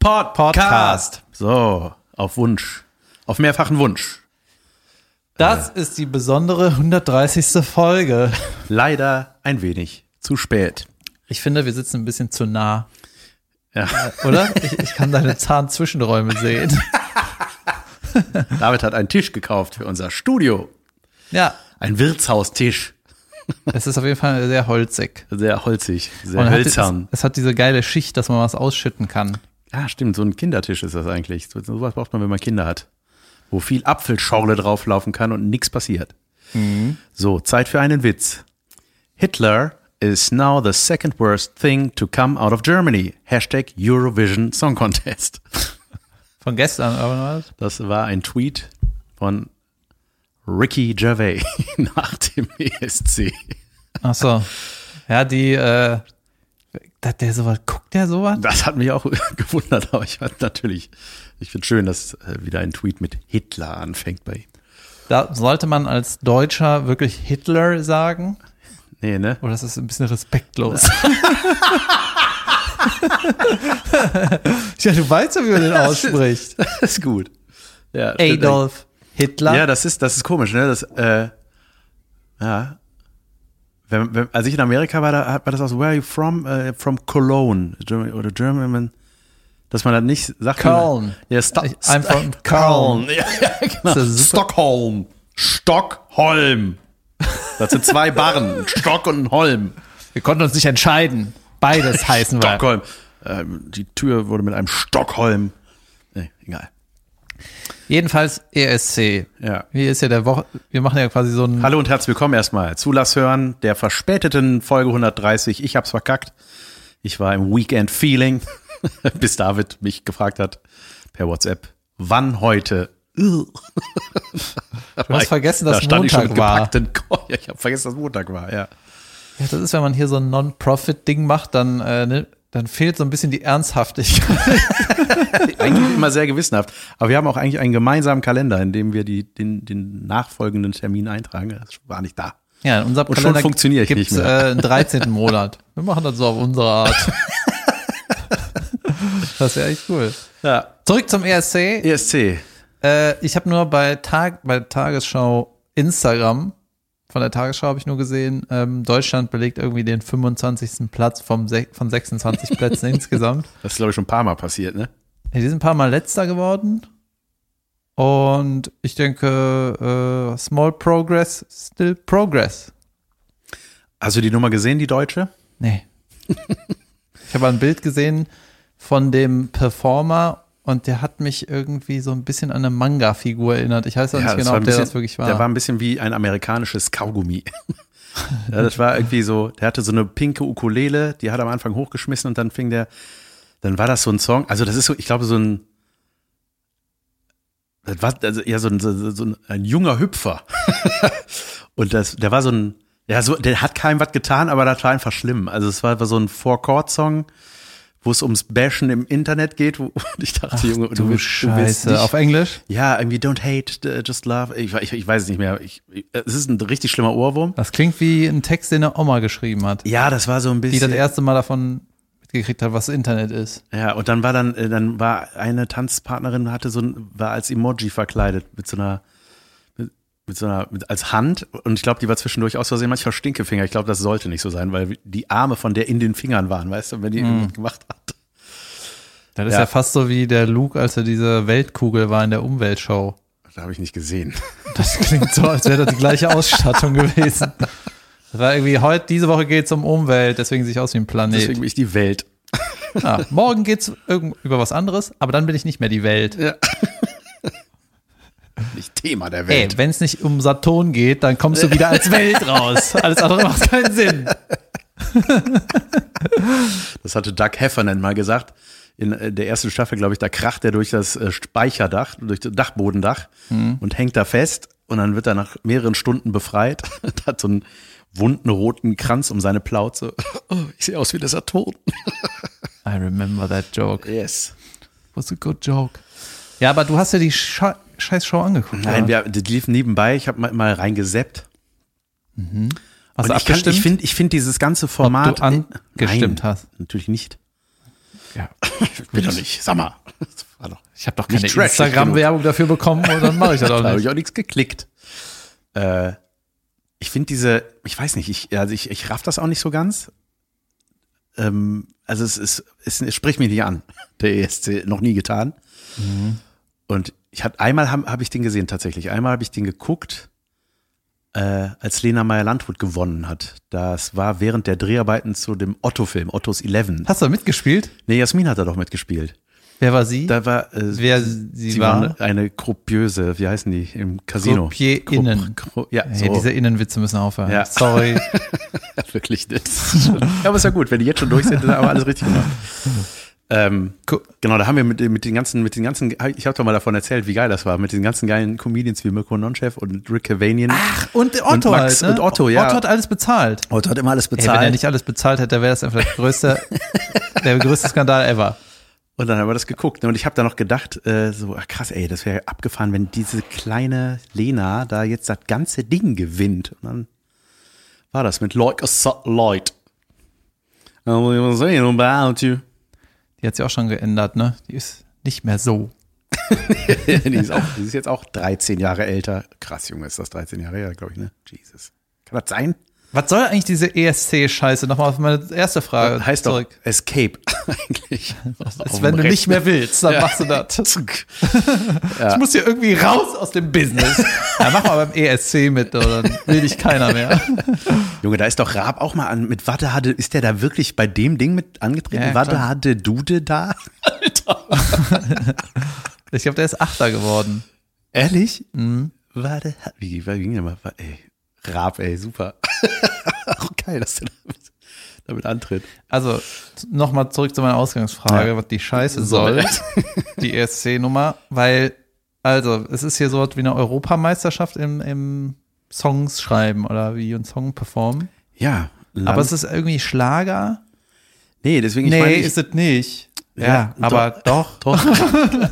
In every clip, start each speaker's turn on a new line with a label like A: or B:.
A: Pod Podcast. Ah. So, auf Wunsch. Auf mehrfachen Wunsch.
B: Das ist die besondere 130. Folge.
A: Leider ein wenig zu spät.
B: Ich finde, wir sitzen ein bisschen zu nah, Äh,
A: Ja,
B: oder? Ich, ich kann deine Zahnzwischenräume sehen.
A: David hat einen Tisch gekauft für unser Studio.
B: Ja,
A: Ein Wirtshaustisch.
B: es ist auf jeden Fall sehr holzig.
A: Sehr holzig, sehr
B: Und hat, es,
A: hölzern.
B: es hat diese geile Schicht, dass man was ausschütten kann.
A: Ah, stimmt, so ein Kindertisch ist das eigentlich. So so was braucht man, wenn man Kinder hat. Wo viel Apfelschorle drauflaufen kann und nichts passiert. So, Zeit für einen Witz. Hitler is now the second worst thing to come out of Germany. Hashtag Eurovision Song Contest.
B: Von gestern, oder was?
A: Das war ein Tweet von Ricky Gervais nach dem E ESC.
B: Ach so. Ja, die, äh, hat der sowas, guckt der sowas?
A: Das hat mich auch gewundert, aber ich fand natürlich, ich finde schön, dass äh, wieder ein Tweet mit Hitler anfängt bei ihm.
B: Da sollte man als Deutscher wirklich Hitler sagen.
A: Nee, ne?
B: Oder Oh, das ist ein bisschen respektlos. ja, du weißt ja, wie man den ausspricht.
A: Das ist gut. Ja, stimmt.
B: Adolf Hitler.
A: Ja, das ist, das ist komisch, ne? Das, äh, ja. Wenn, wenn, als ich in Amerika war, da hat man das auch so, where are you from? Äh, from Cologne. German, oder German, wenn- dass man das nicht sagt.
B: Köln.
A: Ja, Sto
B: Ich- I'm from
A: Sto- Köln. Ja, ja, genau.
B: Das ist super.
A: Stockholm. Stockholm. Das sind zwei Barren. Ein Stock und ein Holm.
B: wir konnten uns nicht entscheiden. Beides heißen wir.
A: Stockholm. Ähm, die Tür wurde mit einem Stockholm. Nee, egal.
B: Jedenfalls E ESC.
A: Ja.
B: Wie ist ja der Woche? Wir machen ja quasi so ein.
A: Hallo und herzlich willkommen erstmal zu Lass hören, der verspäteten Folge 130. Ich hab's verkackt. Ich war im Weekend Feeling, bis David mich gefragt hat per WhatsApp, wann heute? Du
B: Du hast vergessen, dass
A: da stand ich schon
B: Montag
A: mit
B: war.
A: gepackten Ko- Ja, ich habe vergessen, dass Montag war, ja.
B: Ja, das ist, wenn man hier so ein Non-Profit-Ding macht, dann, äh, ne, dann fehlt so ein bisschen die Ernsthaftigkeit.
A: Eigentlich immer sehr gewissenhaft. Aber wir haben auch eigentlich einen gemeinsamen Kalender, in dem wir die, den, den nachfolgenden Termin eintragen. Das war nicht da.
B: Ja, in unserem
A: Und schon
B: Kalender
A: funktioniere ich
B: gibt's,
A: nicht mehr.
B: Äh, einen 13. Monat. Wir machen das so auf unsere Art. das wäre echt cool.
A: Ja.
B: Zurück zum ESC.
A: ESC.
B: Äh, ich habe nur bei Tag, bei Tagesschau Instagram, von der Tagesschau habe ich nur gesehen, ähm, Deutschland belegt irgendwie den 25. Platz vom sech- von 26 Plätzen insgesamt.
A: Das ist, glaube ich, schon ein paar Mal passiert, ne?
B: Ja, die sind ein paar Mal letzter geworden. Und ich denke, äh, small progress, still progress.
A: Hast du die Nummer gesehen, die deutsche?
B: Nee. ich habe ein Bild gesehen von dem Performer und der hat mich irgendwie so ein bisschen an eine Manga-Figur erinnert. Ich weiß auch nicht
A: das
B: genau,
A: war
B: ob
A: ein
B: der
A: bisschen-
B: das wirklich war.
A: Der war ein bisschen wie ein amerikanisches Kaugummi. ja, das war irgendwie so, der hatte so eine pinke Ukulele, die hat er am Anfang hochgeschmissen und dann fing der, dann war das so ein Song, also das ist so, ich glaube, so ein, das war also eher so ein, so, so- so ein, ein junger Hüpfer. und das, der war so ein, ja, so, der hat keinem was getan, aber das war einfach schlimm. Also es war, war so ein Four-Chord-Song, wo es ums Bashen im Internet geht, wo, und ich dachte, Junge,
B: du, Scheiße. auf Englisch?
A: ja, irgendwie don't hate, äh, just love. Ich, ich, ich weiß es nicht mehr. Ich, ich, es ist ein richtig schlimmer Ohrwurm.
B: Das klingt wie ein Text, den eine Oma geschrieben hat,
A: Ja, das war so ein
B: die das
A: bisschen.
B: erste Mal davon mitgekriegt hat, was Internet ist.
A: ja, und dann war dann, äh, dann war eine Tanzpartnerin hatte so ein, war als Emoji verkleidet mit so einer, mit, mit so einer, mit, als Hand. Und ich glaube, die war zwischendurch aus Versehen manchmal Stinkefinger. Ich glaube, das sollte nicht so sein, weil die Arme von der in den Fingern waren, weißt du, wenn die irgendwas gemacht hat.
B: Das ist
A: Ja.
B: ja fast so wie der Luke, als er diese Weltkugel war in der Umweltshow.
A: Das habe ich nicht gesehen.
B: Das klingt so, als wäre das die gleiche Ausstattung gewesen. Das war irgendwie, heute, diese Woche geht es um Umwelt, deswegen sehe ich aus wie ein Planet.
A: Deswegen bin ich die Welt.
B: Ah, morgen geht es über was anderes, aber dann bin ich nicht mehr die Welt.
A: Nicht Thema der
B: Ey,
A: Welt.
B: wenn es nicht um Saturn geht, dann kommst du wieder als Welt raus. Alles andere macht keinen Sinn.
A: Das hatte Doug Heffernan mal gesagt. In äh, der ersten Staffel, glaube ich, da kracht er durch das äh, Speicherdach, durch das Dachbodendach
B: Mhm.
A: und hängt da fest. Und dann wird er nach mehreren Stunden befreit. und hat so einen wunden roten Kranz um seine Plauze. Oh, ich sehe aus wie der Saturn.
B: I remember that joke.
A: Yes.
B: Was a good joke. Ja, aber du hast ja die Sche scheiß Show angeguckt.
A: Nein,
B: oder?
A: wir, das lief nebenbei. Ich habe mal, mal reingeseppt.
B: Hast du
A: Und ich kann-
B: abgestimmt?
A: ich finde ich find dieses ganze
B: ob
A: Format. äh,
B: du angestimmt
A: Nein,
B: hast.
A: natürlich nicht.
B: Ja.
A: Bitte nicht. Sag mal. Das war doch-
B: Ich habe doch keine
A: Nicht trashig
B: Instagram-Werbung dafür bekommen und dann mache Also ich das auch
A: Da habe
B: nicht.
A: ich auch nichts geklickt. Äh, ich finde diese, ich weiß nicht, ich, also ich, ich raff das auch nicht so ganz. Ähm, also es ist, es, es spricht mich nicht an, der ESC, noch nie getan.
B: Mhm.
A: Und ich hab, einmal habe hab ich den gesehen tatsächlich, einmal habe ich den geguckt, äh, als Lena Meyer-Landrut gewonnen hat. Das war während der Dreharbeiten zu dem Otto-Film, Ottos 11.
B: Hast du da mitgespielt?
A: Nee, Jasmin hat da doch mitgespielt.
B: Wer war sie?
A: Da war, äh,
B: Wer sie,
A: Sie
B: war? ne?
A: waren eine Gruppiöse, wie heißen die, im Casino.
B: Gruppierinnen.
A: Gru- Gru- ja, so.
B: Hey, diese Innenwitze müssen aufhören.
A: Ja.
B: Sorry.
A: wirklich nicht. ja, aber ist ja gut, wenn die jetzt schon durch sind, dann haben wir alles richtig gemacht. Ähm,
B: Gu-
A: genau, da haben wir mit, den- mit den ganzen, mit den ganzen, ich habe doch mal davon erzählt, wie geil das war, mit den ganzen geilen Comedians wie Mirko Nonchev und Rick Cavanian.
B: Ach, und Otto
A: Und
B: halt,
A: Max-
B: ne?
A: und Otto, ja.
B: Otto hat alles bezahlt.
A: Heute hat immer alles
B: Ey, wenn er nicht alles bezahlt hätte, wäre das einfach der größte, der größte Skandal ever.
A: und dann haben wir das geguckt. ne? Und ich habe da noch gedacht, äh, so ach krass, ey, das wäre abgefahren, wenn diese kleine Lena da jetzt das ganze Ding gewinnt. Und dann war das mit äh, Like a Satellite. I was saying about you.
B: Die hat sich auch schon geändert, ne? Die ist nicht mehr so.
A: die, ist auch, die ist jetzt auch 13 Jahre älter. Krass, Junge, ist das 13 Jahre her, glaube ich, ne? Jesus. Kann das sein?
B: Was soll eigentlich diese ESC-Scheiße? Nochmal auf meine erste Frage
A: heißt doch
B: zurück.
A: Escape eigentlich.
B: Äh, Ist, wenn du nicht mehr willst, dann machst du das. Ich muss hier irgendwie raus aus dem Business. Ja, mach mal beim ESC mit, oder dann will dich keiner mehr.
A: Junge, da ist doch Raab auch mal an mit Watte hatte, ist der da wirklich bei dem Ding mit angetreten?
B: Ja,
A: Watte
B: klar.
A: hatte Dude da?
B: Ich glaube, der ist Achter geworden.
A: Ehrlich? Mhm.
B: Mhm.
A: Warte, hat- wie, wie ging der mal? Wa- Ey, Raab, ey, super. Auch geil, dass der damit, damit antritt.
B: Also, nochmal zurück zu meiner Ausgangsfrage,
A: Ja.
B: was die Scheiße soll, die ESC-Nummer, weil, also, es ist hier so was wie eine Europameisterschaft im, im Songs schreiben oder wie ein Song performen.
A: Ja. Land.
B: Aber es ist irgendwie Schlager.
A: nee, deswegen,
B: nee,
A: ich meine, ich-
B: ist es nicht. Ja,
A: Ja,
B: aber doch, doch.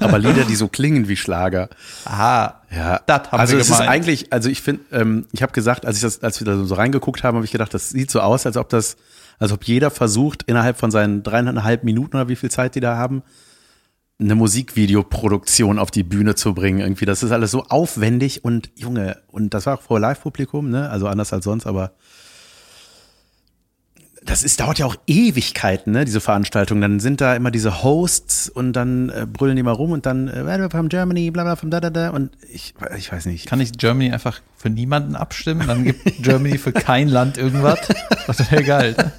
A: aber Lieder, die so klingen wie Schlager.
B: Aha.
A: Ja,
B: Das haben
A: also
B: wir
A: es ist
B: gemeint.
A: eigentlich, also ich finde, ähm, ich habe gesagt, als ich das, als wir da so reingeguckt haben, habe ich gedacht, das sieht so aus, als ob das, als ob jeder versucht innerhalb von seinen dreieinhalb Minuten oder wie viel Zeit die da haben, eine Musikvideoproduktion auf die Bühne zu bringen. Irgendwie, das ist alles so aufwendig und Junge, und das war auch vor Live-Publikum, ne? Also anders als sonst, aber das ist, dauert ja auch Ewigkeiten, ne, diese Veranstaltung. Dann sind da immer diese Hosts und dann äh, brüllen die mal rum und dann äh, from Germany, bla bla from da da da und ich, ich weiß nicht.
B: Kann ich Germany einfach für niemanden abstimmen? Dann gibt Germany für kein Land irgendwas. Das wäre geil.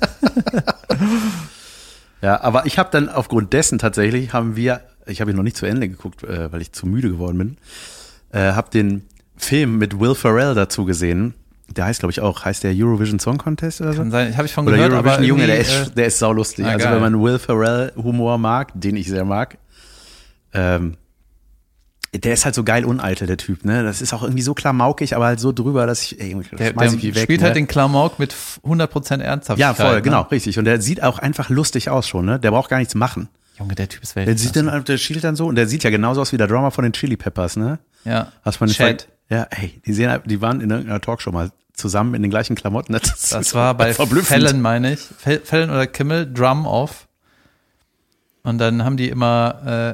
A: Ja, aber ich habe dann aufgrund dessen tatsächlich haben wir, ich habe ihn noch nicht zu Ende geguckt, äh, weil ich zu müde geworden bin, äh, habe den Film mit Will Ferrell dazu gesehen. Der heißt, glaube ich, auch, heißt der Eurovision Song Contest oder so?
B: Kann sein. Habe ich von
A: Oder
B: gehört, aber
A: Eurovision Junge, der
B: irgendwie,
A: ist, der ist saulustig.
B: ah,
A: also
B: geil.
A: wenn man Will Ferrell Humor mag, den ich sehr mag, ähm, der ist halt so geil uneitel, der Typ, ne? Das ist auch irgendwie so klamaukig, aber halt so drüber, dass ich, ey, das
B: Der, der
A: schmeiß ich
B: spielt
A: wie weg,
B: halt
A: ne?
B: den Klamauk mit 100% Ernsthaftigkeit.
A: Ja, voll,
B: ne?
A: genau, richtig. Und der sieht auch einfach lustig aus schon, ne? Der braucht gar nichts machen.
B: Junge, der Typ ist
A: Der
B: Weltklasse.
A: sieht dann, der schielt dann so und der sieht ja genauso aus wie der Drummer von den Chili Peppers, ne?
B: ja.
A: Hast du mal nicht
B: Chad.
A: ver- Ja, ey, die sehen, die waren in irgendeiner Talkshow mal zusammen in den gleichen Klamotten. Das, ist
B: Das war bei
A: verblüffend.
B: Fallon, meine ich. Fel- Fallon oder Kimmel, Drum Off. Und dann haben die immer äh,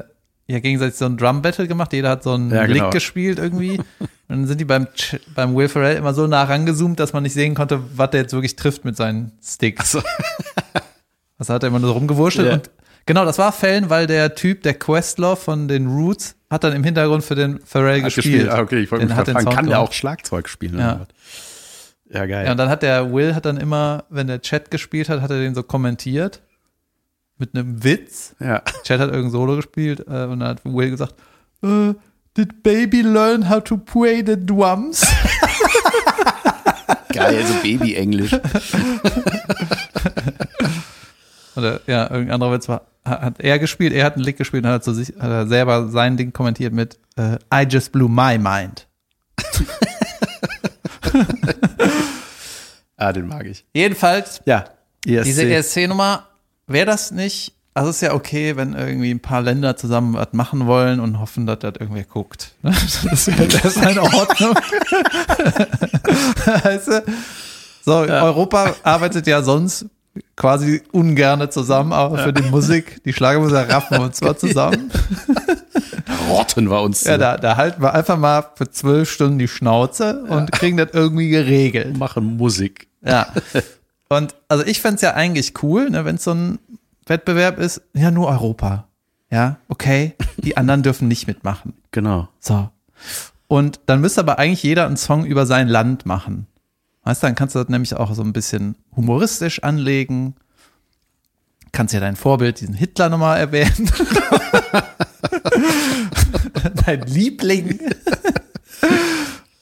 B: ja gegenseitig so ein Drum-Battle gemacht. Jeder hat so einen
A: Ja, genau.
B: Lick gespielt irgendwie. Und dann sind die beim, Ch- beim Will Ferrell immer so nah rangezoomt, dass man nicht sehen konnte, was der jetzt wirklich trifft mit seinen Sticks.
A: so.
B: Also hat er immer nur so rumgewurschtelt.
A: Ja.
B: Und genau, das war Fällen, weil der Typ, der Questlove von den Roots, hat dann im Hintergrund für den Pharrell
A: Hat
B: gespielt.
A: Ah, okay, ich wollte
B: Den
A: mich
B: hat
A: gerade
B: den Sound
A: fragen, kann der
B: gemacht.
A: auch Schlagzeug spielen?
B: Ja.
A: oder was? ja geil.
B: Ja, und dann hat der Will hat dann immer, wenn der Chat gespielt hat, hat er den so kommentiert. Mit einem Witz.
A: Ja.
B: Chat hat irgendein Solo gespielt äh, und dann hat Will gesagt, äh, Did baby learn how to play the drums?
A: Geil, so Baby-Englisch.
B: Oder ja, irgendein anderer Witz war, ha- hat er gespielt, er hat einen Lick gespielt und hat, zu sich, hat er selber sein Ding kommentiert mit äh, I just blew my mind.
A: ah, den mag ich.
B: Jedenfalls,
A: Ja. E ESC.
B: diese E ESC-Nummer, wäre das nicht, also ist ja okay, wenn irgendwie ein paar Länder zusammen was machen wollen und hoffen, dass das irgendwer guckt. Ne? Das wäre das ist in Ordnung. halt weißt du? So, Europa arbeitet ja sonst quasi ungerne zusammen, aber für die Musik, die Schlagermusik raffen wir uns zwar zusammen.
A: Rotten wir uns.
B: Ja, da, da halten wir einfach mal für zwölf Stunden die Schnauze und kriegen das irgendwie geregelt.
A: Machen Musik.
B: Ja. Und also ich fänd's ja eigentlich cool, ne, wenn es so ein Wettbewerb ist, ja, nur Europa. Ja, okay, die anderen dürfen nicht mitmachen.
A: Genau.
B: So. Und dann müsste aber eigentlich jeder einen Song über sein Land machen. Weißt du, dann kannst du das nämlich auch so ein bisschen humoristisch anlegen. Kannst ja dein Vorbild, diesen Hitler nochmal erwähnen. dein Liebling.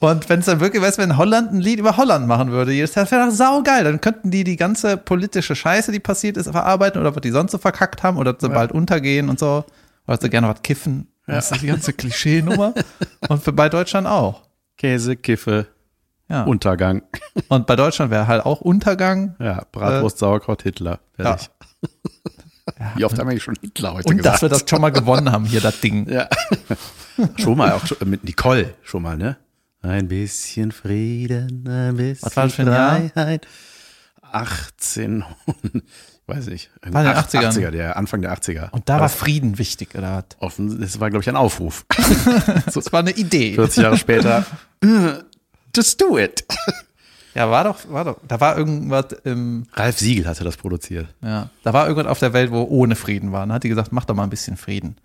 B: Und wenn es dann wirklich, weißt du, wenn Holland ein Lied über Holland machen würde, jedes Jahr, das wäre doch saugeil. Dann könnten die die ganze politische Scheiße, die passiert ist, verarbeiten oder was die sonst so verkackt haben oder so bald untergehen und so. Oder so gerne was kiffen. Das ist die ganze Klischee-Nummer. Und für bei Deutschland auch.
A: Käse, Kiffe,
B: Ja.
A: Untergang.
B: Und bei Deutschland wäre halt auch Untergang.
A: Ja,
B: Äh.
A: Bratwurst, Sauerkraut, Hitler. Fertig. Wie oft haben wir eigentlich schon Hitler heute
B: Und dass
A: gesagt?
B: wir das schon mal gewonnen haben, hier das Ding.
A: schon mal, auch schon, mit Nicole schon mal, ne? Ein bisschen Frieden, ein bisschen
B: war das für ein Jahr?
A: Freiheit. 18, weiß ich.
B: War in den 80ern?
A: der Anfang der 80er.
B: Und da war Frieden wichtig, oder was?
A: Offen, das war, glaube ich, ein Aufruf.
B: Das war eine Idee.
A: 40 Jahre später. Just do it.
B: Ja, war doch, war doch. Da war irgendwas im,
A: Ralf Siegel hatte das produziert.
B: ja, da war irgendwas auf der Welt, wo ohne Frieden war. Dann hat die gesagt, mach doch mal ein bisschen Frieden.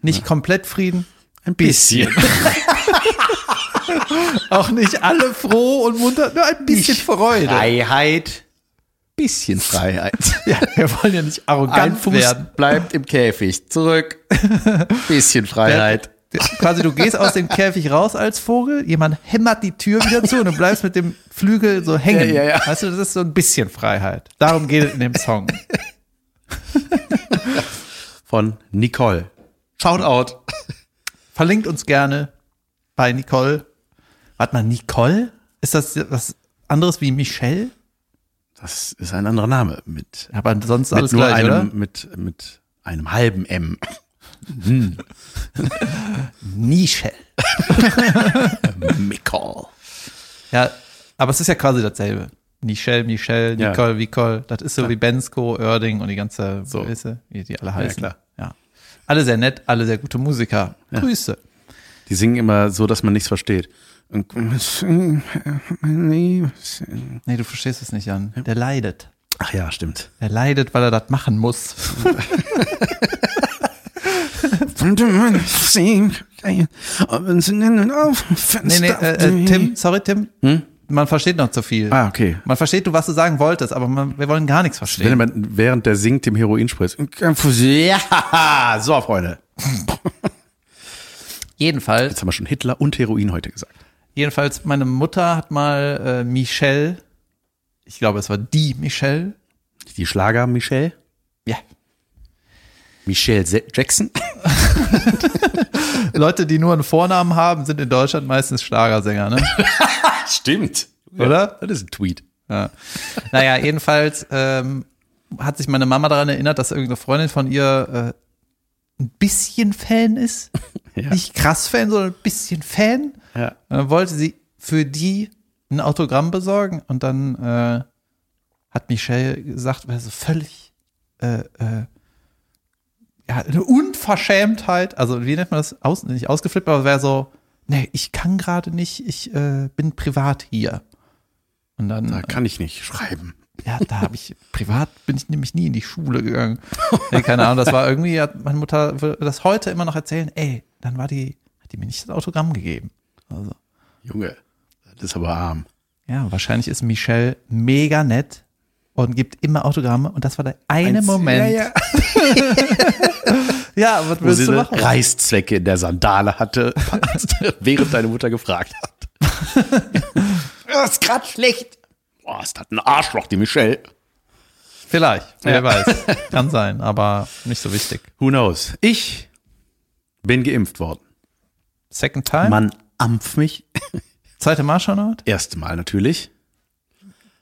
B: Nicht komplett Frieden,
A: Ein bisschen.
B: auch nicht alle froh und munter, nur ein bisschen Freude.
A: Freiheit. Bisschen Freiheit.
B: Ja, wir wollen ja nicht
A: Ein
B: arrogant
A: Fuß
B: werden.
A: bleibt im Käfig. Zurück. Bisschen Freiheit.
B: Quasi, du gehst aus dem Käfig raus als Vogel, jemand hämmert die Tür wieder zu und du bleibst mit dem Flügel so hängen.
A: Ja, ja, ja.
B: Weißt du, das ist so ein bisschen Freiheit. Darum geht es in dem Song.
A: Von Nicole.
B: Shout out. Verlinkt uns gerne bei Nicole. Warte mal, Nicole? Ist das was anderes wie Michelle?
A: Das ist ein anderer Name. Mit,
B: Aber sonst alles
A: mit nur
B: gleich,
A: einem,
B: oder?
A: mit, mit einem halben M.
B: Nichelle.
A: Nicole.
B: Ja, aber es ist ja quasi dasselbe. Nichelle, Michelle,
A: Ja.
B: Nicole, Vicole. Das ist so wie Bensko, Oerding und die ganze, so. wie die alle heißen.
A: klar.
B: Ja. Alle sehr nett, alle sehr gute Musiker. Grüße.
A: Die singen immer so, dass man nichts versteht.
B: Nee, du verstehst es nicht, Jan. Der leidet.
A: Ach ja, stimmt.
B: Der leidet, weil er das machen muss. Nee, nee, äh, äh, Tim, sorry, Tim. Man versteht noch zu viel.
A: Ah, okay.
B: Man versteht, du, was du sagen wolltest, aber man, wir wollen gar nichts
A: Wenn
B: verstehen.
A: man während der singt dem Heroin spritzt. Ja, so, Freunde.
B: Jedenfalls,
A: Jetzt haben wir schon Hitler und Heroin heute gesagt.
B: jedenfalls, meine Mutter hat mal äh, Michelle, ich glaube, es war die Michelle.
A: Die Schlager Michelle.
B: Ja.
A: Michelle Se- Jackson.
B: Leute, die nur einen Vornamen haben, sind in Deutschland meistens Schlagersänger, ne?
A: Stimmt.
B: Oder?
A: Das ist ein Tweet.
B: Ja. Naja, jedenfalls ähm, hat sich meine Mama daran erinnert, dass irgendeine Freundin von ihr äh, ein bisschen Fan ist.
A: Ja.
B: Nicht krass Fan, sondern ein bisschen Fan.
A: Ja.
B: Und dann Äh, wollte sie für die ein Autogramm besorgen und dann äh, hat Michelle gesagt, also völlig äh, äh, ja, eine Unverschämtheit, also wie nennt man das, Aus, nicht ausgeflippt, aber es wäre so, nee, ich kann gerade nicht, ich äh, bin privat hier. Und dann,
A: Da kann ich nicht schreiben.
B: ja, da habe ich, privat bin ich nämlich nie in die Schule gegangen. Nee, keine Ahnung, das war irgendwie, hat meine Mutter würde das heute immer noch erzählen, ey, dann war die, hat die mir nicht das Autogramm gegeben. Also.
A: Junge, das ist aber arm.
B: Ja, wahrscheinlich ist Michelle mega nett und gibt immer Autogramme und das war der eine Moment. Ja,
A: Ja, ja.
B: was
A: Wo
B: willst
A: sie
B: du
A: so
B: machen?
A: Reißzwecke in der Sandale hatte, während deine Mutter gefragt hat. das ist grad schlecht. Boah, ist das ein Arschloch, die Michelle.
B: Vielleicht, wer weiß. Kann sein, aber nicht so wichtig.
A: Who knows? Ich bin geimpft worden.
B: Second time?
A: Man ampft mich.
B: Zweite Marschanort?
A: Erste Mal natürlich.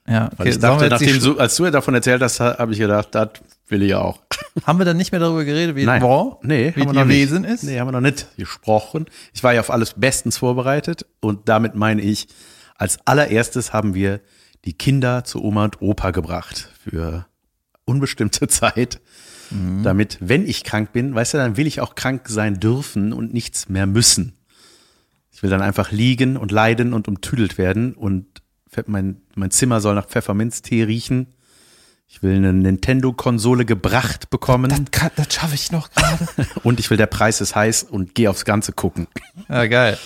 B: Ja,
A: Weil
B: okay.
A: ich
B: Sollen wir
A: dachte,
B: jetzt die
A: nachdem so, als du davon erzählt hast, habe ich gedacht, das will ich auch.
B: Sch- haben wir dann nicht mehr darüber geredet, wie
A: Nein.
B: War,
A: nee,
B: wie
A: haben wir
B: die
A: noch nicht.
B: Wesen ist?
A: Nee, haben wir noch nicht gesprochen. Ich war ja auf alles bestens vorbereitet und damit meine ich, als allererstes haben wir die Kinder zu Oma und Opa gebracht für unbestimmte Zeit,
B: Mhm.
A: damit, wenn ich krank bin, weißt du, dann will ich auch krank sein dürfen und nichts mehr müssen. Ich will dann einfach liegen und leiden und umtüdelt werden und Pfe- mein, mein Zimmer soll nach Pfefferminztee riechen. Ich will eine Nintendo-Konsole gebracht bekommen
B: kann- das schaffe ich noch gerade.
A: und ich will der Preis ist heiß und geh aufs Ganze gucken.
B: ja, geil.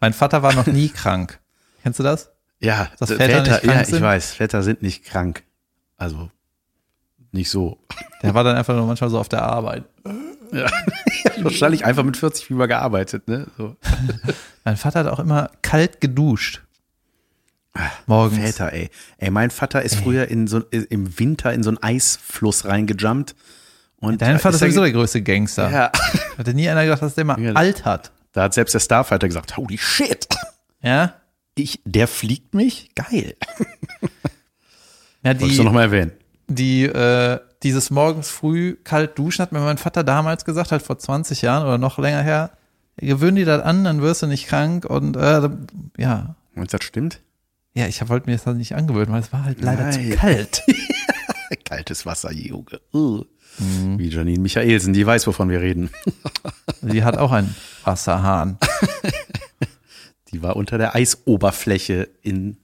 B: Mein Vater war noch nie krank. Kennst du das?
A: Ja,
B: Dass
A: d-
B: Väter nicht krank
A: ja, ich
B: sind?
A: weiß, Väter sind nicht krank. Also nicht so.
B: Der war dann einfach nur manchmal so auf der Arbeit.
A: Wahrscheinlich einfach mit 40 Fieber gearbeitet, ne? So.
B: Mein Vater hat auch immer kalt geduscht.
A: Ah,
B: Morgens.
A: Väter, ey. Ey, mein Vater ist früher in so, im Winter in so einen Eisfluss reingejumpt. Und
B: Dein Vater ist
A: er-
B: sowieso der größte Gangster.
A: Ja,
B: Hatte nie einer gedacht, dass der mal
A: Ja.
B: alt hat.
A: da hat selbst der Starfighter gesagt, holy shit,
B: Ja?
A: ich, der fliegt mich? Geil.
B: Ja,
A: Wolltest du
B: die,
A: nochmal erwähnen?
B: die, äh, dieses morgens früh kalt duschen hat mir mein Vater damals gesagt, halt vor 20 Jahren oder noch länger her. Gewöhn dir das an, dann wirst du nicht krank und, äh, ja.
A: Und das stimmt?
B: Ja, ich wollte mir das halt nicht angewöhnen, weil es war halt leider zu
A: Nein.
B: kalt.
A: Kaltes Wasser, Junge. Uh.
B: Mhm.
A: Wie Janine Michaelsen, die weiß, wovon wir reden.
B: Die hat auch einen Wasserhahn.
A: Die war unter der Eisoberfläche in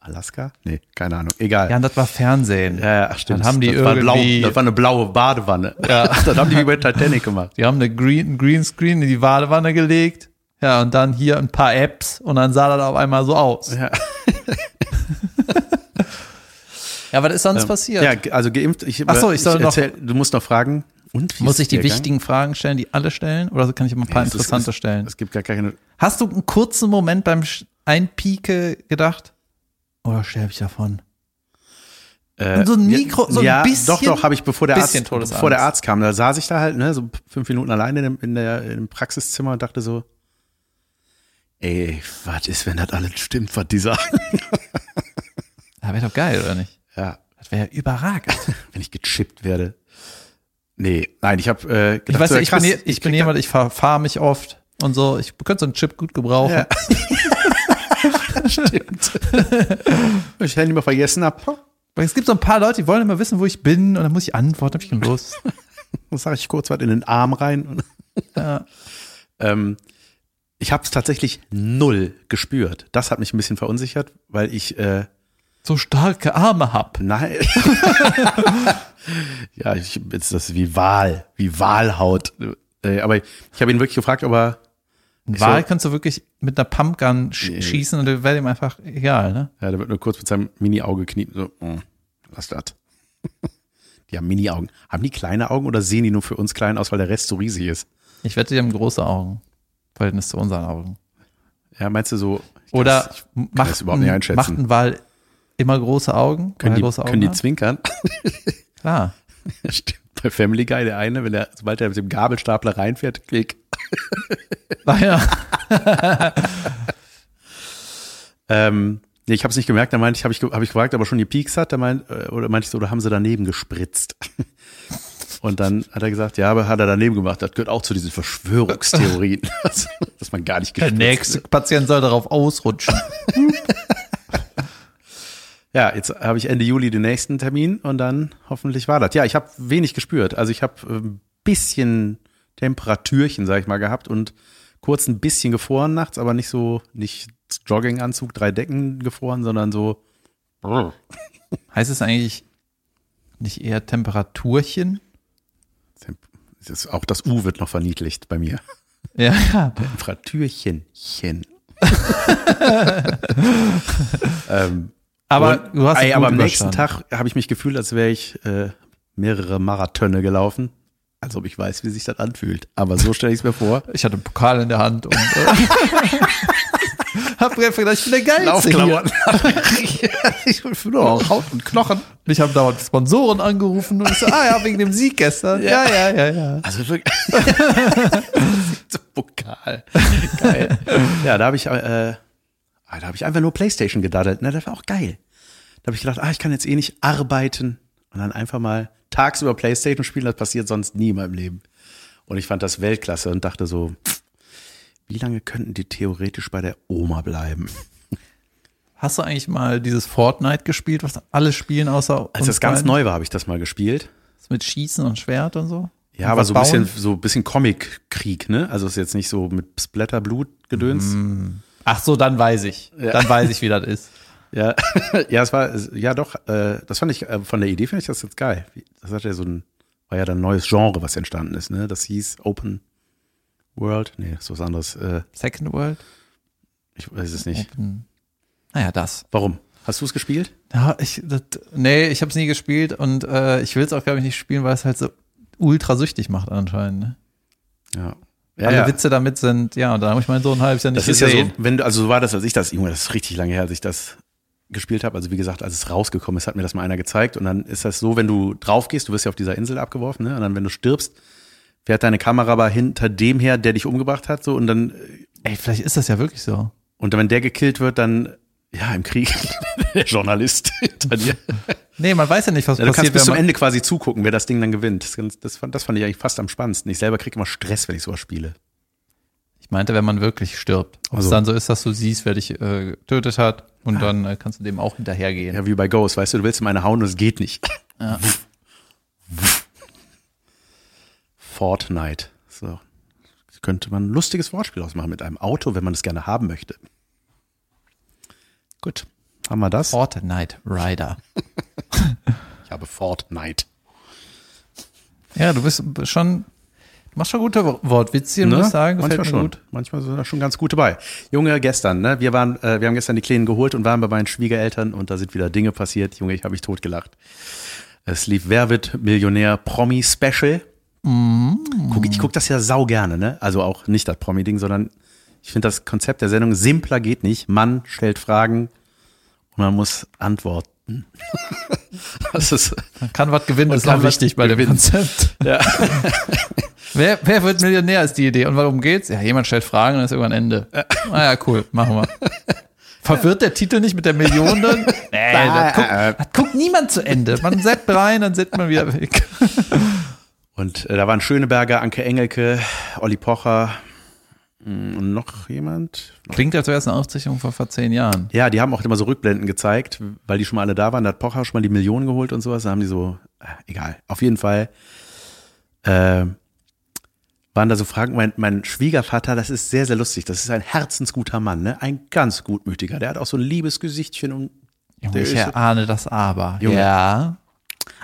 A: Alaska? Nee, keine Ahnung. Egal.
B: Ja, und das war Fernsehen.
A: Ja, ja, stimmt.
B: Dann haben die
A: das war, blau,
B: irgendwie-
A: das war eine blaue Badewanne. Ja. das haben die wie bei Titanic gemacht.
B: Die haben eine Green, einen Greenscreen in die Badewanne gelegt. Ja, und dann hier ein paar Apps und dann sah das auf einmal so aus.
A: Ja.
B: Ja, was ist sonst passiert?
A: Ja, ge- also geimpft. Ich,
B: Ach so, ich soll noch-
A: du musst noch fragen. Und wie
B: Muss
A: ist
B: ich die
A: der Gang?
B: wichtigen Fragen stellen, die alle stellen? Oder kann ich mal ein paar
A: Es ist-
B: interessante
A: es,
B: stellen?
A: Es gibt gar keine.
B: Hast du einen kurzen Moment beim Sch- Einpieke gedacht? Oder sterbe ich davon?
A: Äh,
B: so ein Mikro- so ein
A: ja,
B: bisschen-
A: Doch, doch, habe ich, bevor der Arzt,
B: bisschen Todesangst.
A: bevor der Arzt kam, da saß ich da halt, ne, so fünf Minuten alleine in, dem- in der, im Praxiszimmer und dachte so, ey, was ist, wenn das alles stimmt, was die sagen?
B: Ja, wäre doch geil, oder nicht?
A: Ja,
B: Das wäre ja überragend.
A: wenn ich gechippt werde. Nee, nein, ich habe äh, gedacht,
B: Ich weiß
A: so,
B: ja,
A: ja,
B: ich
A: krass,
B: bin, je- ich bin
A: krieg
B: jemand, ich verfahre mich oft und so. Ich könnte so einen Chip gut gebrauchen.
A: Ja. Ich hätte ihn mal vergessen ab.
B: Weil es gibt so ein paar Leute, die wollen immer wissen, wo ich bin und dann muss ich antworten, hab ich keine Lust.
A: Dann sage ich kurz was in den Arm rein.
B: ja.
A: Ähm, ich habe es tatsächlich null gespürt. Das hat mich ein bisschen verunsichert, weil ich äh,
B: So starke Arme hab.
A: nein. ja, ich jetzt das wie Wahl, wie Wahlhaut. Äh, aber ich habe ihn wirklich gefragt, ob er
B: Ein
A: Ich
B: Wal
A: so-
B: kannst du wirklich mit einer Pumpgun sch schießen und der wäre ihm einfach egal, ne?
A: Ja, der wird nur kurz mit seinem Mini-Auge kniepen. So, mm, lass das. Die haben Mini-Augen. Haben die kleine Augen oder sehen die nur für uns klein aus, weil der Rest so riesig ist?
B: Ich wette, die haben große Augen. im Verhältnis zu unseren Augen.
A: Ja, meinst du so? ich kann's-
B: Oder
A: ich, das
B: macht,
A: überhaupt nicht
B: ein-
A: einschätzen.
B: macht ein Wal immer große Augen? weil
A: können
B: er
A: die,
B: große Augen
A: können die
B: hat?
A: zwinkern?
B: Klar.
A: Ja, Stimmt. Bei Family Guy, der eine, wenn er, sobald er mit dem Gabelstapler reinfährt, klick.
B: Naja.
A: Ähm, nee, ich habe es nicht gemerkt, da meinte ich, habe ich, ge- hab ich gefragt, ob er schon die Peaks hat, da meint, äh, oder meinte ich so, oder haben sie daneben gespritzt? Und dann hat er gesagt, ja, aber hat er daneben gemacht, das gehört auch zu diesen Verschwörungstheorien, dass, dass man gar nicht
B: Der
A: gespritzt
B: nächste Patient soll darauf ausrutschen.
A: Ja, jetzt habe ich Ende Juli den nächsten Termin und dann hoffentlich war das. Ja, ich habe wenig gespürt. Also ich habe ein bisschen Temperaturchen, sag ich mal, gehabt und kurz ein bisschen gefroren nachts, aber nicht so, nicht Jogginganzug, drei Decken gefroren, sondern so.
B: Hm. Heißt es eigentlich nicht eher Temperaturchen?
A: Es ist- Auch das U wird noch verniedlicht bei mir.
B: Ja, ja.
A: Temperatürchenchen. ähm,
B: Aber
A: Und-
B: du hast es
A: ey,
B: gut
A: aber am nächsten
B: überstanden.
A: Tag habe ich mich gefühlt, als wäre ich äh, mehrere Marathöne gelaufen. Als ob ich weiß, wie sich das anfühlt. Aber so stelle ich es mir vor.
B: Ich hatte einen Pokal in der Hand und äh, hab mir gedacht, ich bin der Geilste hier.
A: ich bin nur auch Haut und Knochen.
B: Mich haben dauernd Sponsoren angerufen und ich so, ah ja, wegen dem Sieg gestern. Ja, ja, ja, ja.
A: Also wirklich. So Pokal. Geil. Ja, da habe ich, äh, ah, da habe ich einfach nur Playstation gedaddelt. Ne? Das war auch geil. Da habe ich gedacht, ah, ich kann jetzt eh nicht arbeiten. Und dann einfach mal tagsüber Playstation spielen, das passiert sonst nie in meinem Leben. Und ich fand das Weltklasse und dachte so, wie lange könnten die theoretisch bei der Oma bleiben?
B: Hast du eigentlich mal dieses Fortnite gespielt, was alle spielen außer
A: Als Also das ganz neu war, habe ich das mal gespielt.
B: Mit Schießen und Schwert und so?
A: Ja,
B: und
A: aber so ein
B: was bauen?
A: bisschen, so ein bisschen Comic-Krieg, ne? Also ist jetzt nicht so mit
B: Mhm.
A: Splatterblut-Gedöns.
B: Ach so, dann weiß ich. Dann weiß ich, wie das ist.
A: Ja, ja, es war, es- ja doch, äh, das fand ich, äh, von der Idee finde ich das jetzt geil. Wie- Das hat ja so ein, war ja dann ein neues Genre, was entstanden ist, ne? Das hieß Open World. Nee, das ist was anderes. Äh,
B: Second World?
A: ich weiß es nicht.
B: Open. Naja, das.
A: Warum? Hast du es gespielt?
B: Ja, ich, das nee, ich habe es nie gespielt und äh, ich will es auch, glaube ich, nicht spielen, weil es halt so ultra süchtig macht anscheinend. Ne?
A: Ja. Ja,
B: Alle
A: ja.
B: Witze damit sind, ja, und da habe ich meinen Sohn ein halbes Jahr nicht
A: Das ist ja so,
B: gesehen.
A: wenn du, also so war das, als ich das, Junge, das ist richtig lange her, als ich das gespielt habe. Also wie gesagt, als es rausgekommen ist, hat mir das mal einer gezeigt. Und dann ist das so, wenn du drauf gehst, du wirst ja auf dieser Insel abgeworfen, ne? Und dann, wenn du stirbst, fährt deine Kamera aber hinter dem her, der dich umgebracht hat, so und dann,
B: Ey, vielleicht ist das ja wirklich so.
A: und wenn der gekillt wird, dann, ja, im Krieg, der Journalist hinter dir.
B: Nee, man weiß ja nicht, was
A: Ja, du
B: passiert,
A: kannst bis
B: wenn
A: zum
B: man,
A: Ende quasi zugucken, wer das Ding dann gewinnt. Das, ganz- das, fand, das fand ich eigentlich fast am spannendsten. Ich selber kriege immer Stress, wenn ich sowas spiele.
B: Ich meinte, wenn man wirklich stirbt. Ob
A: Also.
B: es dann so ist, dass du siehst, wer dich äh, getötet hat und dann äh, kannst du dem auch hinterhergehen.
A: Ja, wie bei Ghost, weißt du, du willst ihm eine hauen und es geht nicht. Fortnite. So. Könnte man ein lustiges Wortspiel ausmachen mit einem Auto, wenn man es gerne haben möchte. Gut. Haben wir das?
B: Fortnite Rider.
A: Ich habe Fortnite.
B: Ja, du bist schon, du machst schon gute Wo- Wortwitzchen, muss ich sagen. Gefällt
A: Ne? Manchmal
B: mir
A: schon.
B: gut.
A: Manchmal sind da schon ganz gute bei. Junge, gestern, ne? Wir waren, äh, wir haben gestern die Kleinen geholt und waren bei meinen Schwiegereltern und da sind wieder Dinge passiert. Junge, ich habe mich totgelacht. Es lief Wer wird Millionär Promi Special.
B: Mhm.
A: Guck, ich gucke das ja sau gerne, ne? Also auch nicht das Promi-Ding, sondern ich finde das Konzept der Sendung simpler geht nicht. Man stellt Fragen und man muss antworten. das ist,
B: Man kann was gewinnen, ist
A: kann
B: auch
A: was
B: wichtig bei dem
A: gewinnen.
B: Konzept.
A: Ja.
B: wer, wer wird Millionär, ist die Idee. Und warum geht's? Ja, jemand stellt Fragen und dann ist irgendwann Ende. Ah ja, cool, machen wir. Verwirrt der Titel nicht mit der Million dann? Nee, das guckt, das guckt niemand zu Ende. Man setzt rein, dann setzt man wieder weg.
A: Und äh, da waren Schöneberger, Anke Engelke, Olli Pocher mh, und noch jemand.
B: Klingt, als wäre es eine Aufzeichnung von vor zehn Jahren.
A: Ja, die haben auch immer so Rückblenden gezeigt, weil die schon mal alle da waren. Da hat Pocher schon mal die Millionen geholt und sowas. Da haben die so, äh, egal. Auf jeden Fall äh, waren da so Fragen. Mein, mein Schwiegervater, das ist sehr, sehr lustig. Das ist ein herzensguter Mann, ne? ein ganz gutmütiger. Der hat auch so ein liebes Gesichtchen und
B: Junge,
A: Der
B: ich
A: ist-
B: erahne das aber.
A: Junge.
B: Ja.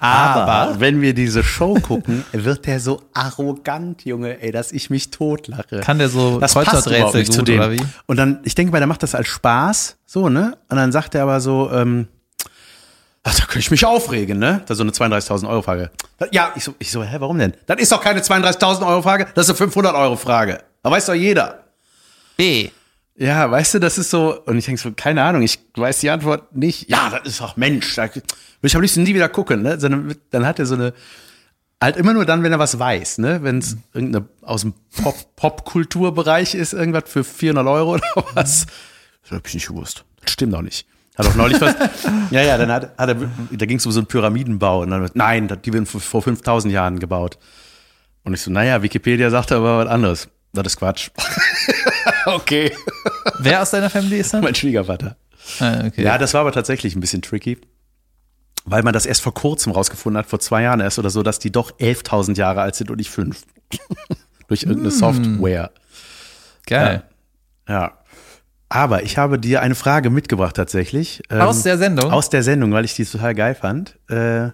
A: Aber wenn wir diese Show gucken, wird der so arrogant, Junge, ey, dass ich mich totlache.
B: Kann der so
A: das passt
B: Kreuzworträtsel
A: überhaupt nicht zu
B: gut,
A: dem.
B: oder wie?
A: Und dann, ich denke mal, der macht das als Spaß, so, ne? Und dann sagt er aber so, ähm, ach, da könnte ich mich aufregen, ne? Da so eine 32.000 Euro Frage. Ja, ich so, ich so, hä, warum denn? Das ist doch keine 32.000 Euro Frage, das ist eine 500 Euro Frage. Da weiß doch jeder.
B: B.
A: Ja, weißt du, das ist so, und ich denke so, keine Ahnung, ich weiß die Antwort nicht. Ja, das ist doch Mensch, da will ich am liebsten nie wieder gucken, ne? Sondern dann hat er so eine, halt immer nur dann, wenn er was weiß, ne? Wenn es irgendeine aus dem Pop- Popkulturbereich ist, irgendwas für 400 Euro oder was. Das hab ich nicht gewusst. Das stimmt doch nicht. Hat auch neulich was. ja, ja, dann hat, hat er, da ging es um so einen Pyramidenbau. Und dann, nein, das- die werden vor- vor 5000 Jahren gebaut. Und ich so, naja, Wikipedia sagt aber was anderes. Das ist Quatsch. okay.
B: Wer aus deiner Family ist dann?
A: Mein Schwiegervater.
B: Ah, okay.
A: Ja, das war aber tatsächlich ein bisschen tricky, weil man das erst vor kurzem rausgefunden hat, vor zwei Jahren erst oder so, dass die doch 11.000 Jahre alt sind und nicht fünf. Durch irgendeine Software.
B: Geil.
A: Ja. Aber ich habe dir eine Frage mitgebracht tatsächlich. Ähm,
B: Aus der Sendung?
A: Aus der Sendung, weil ich die total geil fand. Äh,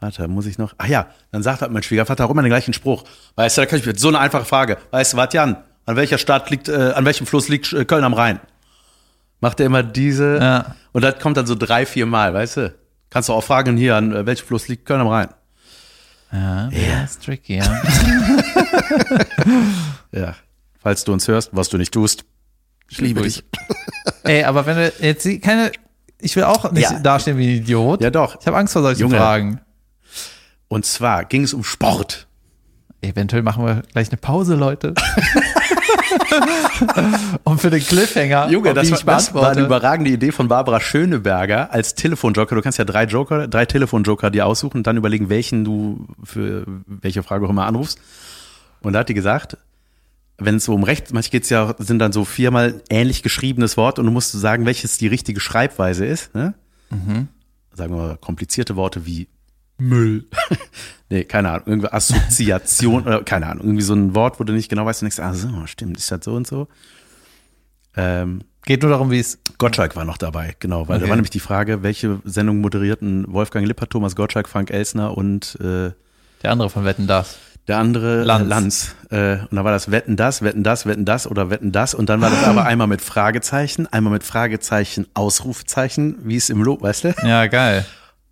A: warte, muss ich noch. Ah ja, dann sagt halt mein Schwiegervater auch immer den gleichen Spruch. Weißt du, da kann ich mir so eine einfache Frage. Weißt du, warte Jan, an welcher Stadt liegt, äh, an welchem Fluss liegt äh, Köln am Rhein? Macht er immer diese.
B: Ja.
A: Und das kommt dann so drei, vier Mal, weißt du? Kannst du auch fragen hier, an äh, welchem Fluss liegt Köln am Rhein?
B: Ja, das ist tricky, ja.
A: Ja. Falls du uns hörst, was du nicht tust. Ich liebe
B: Grüße.
A: dich.
B: Ey, aber wenn du jetzt sie- keine, ich will auch nicht
A: Ja.
B: dastehen wie ein Idiot.
A: Ja, doch.
B: Ich habe Angst vor solchen
A: Junge.
B: Fragen.
A: Und zwar ging es um Sport.
B: Eventuell machen wir gleich eine Pause, Leute. Und für den Cliffhanger,
A: Junge,
B: auf
A: das
B: die
A: war,
B: ich
A: das war eine
B: beantworte.
A: überragende Idee von Barbara Schöneberger als Telefonjoker. Du kannst ja drei Joker, drei Telefonjoker dir aussuchen und dann überlegen, welchen du für welche Frage auch immer anrufst. Und da hat die gesagt, wenn es so um Recht, manchmal geht's ja, auch- sind dann so viermal ähnlich geschriebenes Wort und du musst sagen, welches die richtige Schreibweise ist. Ne?
B: Mhm.
A: Sagen wir mal komplizierte Worte wie Müll. nee, keine Ahnung, irgendwie Assoziation oder keine Ahnung, irgendwie so ein Wort, wo du nicht genau weißt, du denkst, ah, so, stimmt, ist das so und so. Ähm,
B: Geht nur darum, wie es.
A: Gottschalk war noch dabei, genau, weil da
B: Okay.
A: war nämlich die Frage, welche Sendung moderierten Wolfgang Lippert, Thomas Gottschalk, Frank Elsner und äh,
B: Der andere von Wetten das.
A: der andere
B: Lanz.
A: Lanz. Äh, und da war das Wetten das, Wetten das, Wetten das oder Wetten das. Und dann war das aber einmal mit Fragezeichen, einmal mit Fragezeichen, Ausrufezeichen, wie es im Lob, weißt du?
B: Ja, geil.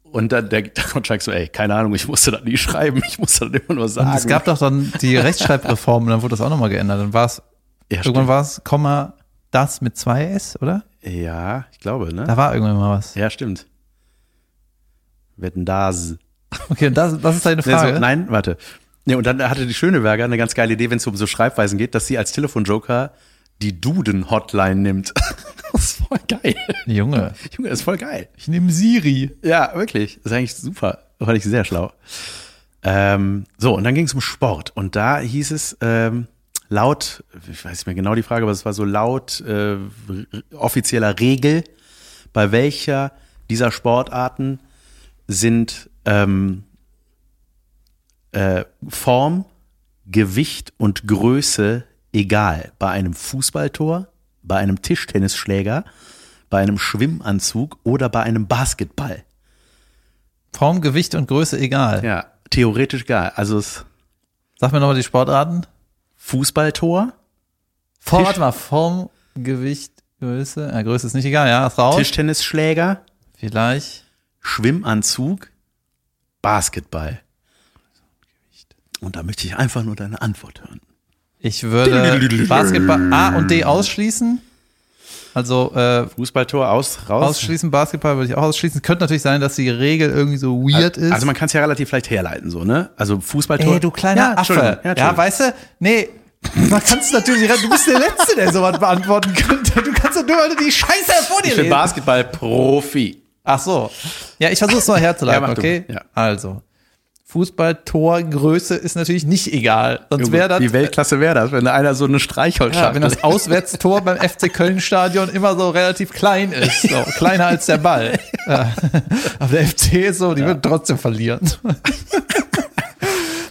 A: Und dann der, der Gottschalk so, ey, keine Ahnung, ich musste das nie schreiben, ich musste das immer nur sagen.
B: Und es gab doch dann die Rechtschreibreform und dann wurde das auch nochmal geändert. Dann war es,
A: ja,
B: irgendwann
A: stimmt.
B: war es Komma das mit zwei S, oder?
A: ja, ich glaube, ne?
B: Da war irgendwann mal was.
A: Ja, stimmt. Wetten das.
B: Okay, und das, das ist deine
A: Nee,
B: Frage.
A: So, nein, warte. Nee, und dann hatte die Schöneberger eine ganz geile Idee, wenn es um so Schreibweisen geht, dass sie als Telefonjoker die Duden-Hotline nimmt. das ist voll geil.
B: Junge.
A: Junge, das ist voll geil.
B: Ich nehme Siri.
A: Ja, wirklich. Das ist eigentlich super. Das fand ich sehr schlau. Ähm, so, und dann ging es um Sport. Und da hieß es ähm, laut, ich weiß nicht mehr genau die Frage, aber es war so laut äh, r- offizieller Regel, bei welcher dieser Sportarten sind ähm, äh, Form, Gewicht und Größe egal. Bei einem Fußballtor, bei einem Tischtennisschläger, bei einem Schwimmanzug oder bei einem Basketball.
B: Form, Gewicht und Größe egal.
A: Ja, theoretisch geil. Also es
B: Sag mir nochmal die Sportarten.
A: Fußballtor,
B: Form,
A: Tisch-
B: warte mal, Form, Gewicht, Größe. Ja, Größe ist nicht egal, ja, ist raus.
A: Tischtennisschläger,
B: Vielleicht.
A: Schwimmanzug, Basketball. Und da möchte ich einfach nur deine Antwort hören.
B: Ich würde Basketball A und D ausschließen. Also äh,
A: Fußballtor aus, raus.
B: ausschließen, Basketball würde ich auch ausschließen. Könnte natürlich sein, dass die Regel irgendwie so weird ist.
A: Also man kann es ja relativ leicht herleiten, so, ne? Also Fußballtor.
B: Ey, du kleiner
A: ja,
B: Affe.
A: Entschuldigung.
B: Ja,
A: Ja,
B: weißt du? Nee. Man kann's natürlich, du bist der Letzte, der sowas beantworten könnte. Du kannst doch nur heute die Scheiße vor dir
A: ich bin
B: lesen.
A: Basketballprofi.
B: Ach so. Ja, ich versuche es mal herzuleiten,
A: Ja, mach du.
B: okay?
A: Ja.
B: Also, Fußballtorgröße ist natürlich nicht egal. Sonst wäre das,
A: Wie Weltklasse wäre das, wenn da einer so eine
B: ja,
A: Streichholzschachtel
B: wenn das Auswärtstor beim FC Köln-Stadion immer so relativ klein ist. So, kleiner als der Ball. Ja. Aber der FC ist so, die würden trotzdem verlieren.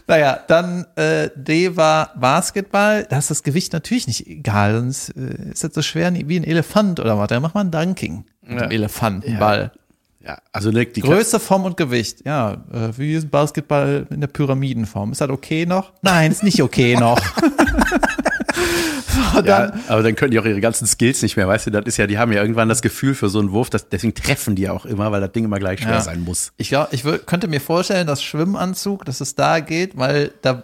B: Naja, dann äh, D war Basketball. Da ist das Gewicht natürlich nicht egal. Sonst äh, ist das so schwer wie ein Elefant oder was. Da macht man Dunking mit dem Elefantenball.
A: Ja, also ne, die
B: Größe, Form und Gewicht. Ja, äh, wie ist ein Basketball in der Pyramidenform? Ist das okay noch? Nein, ist nicht okay noch. so, dann,
A: Ja, aber dann können die auch ihre ganzen Skills nicht mehr, weißt du, das ist ja, die haben ja irgendwann das Gefühl für so einen Wurf, dass, deswegen treffen die ja auch immer, weil das Ding immer gleich schwer
B: Ja.
A: sein muss.
B: Ich glaube, ich würd, könnte mir vorstellen, dass Schwimmanzug, dass es da geht, weil da,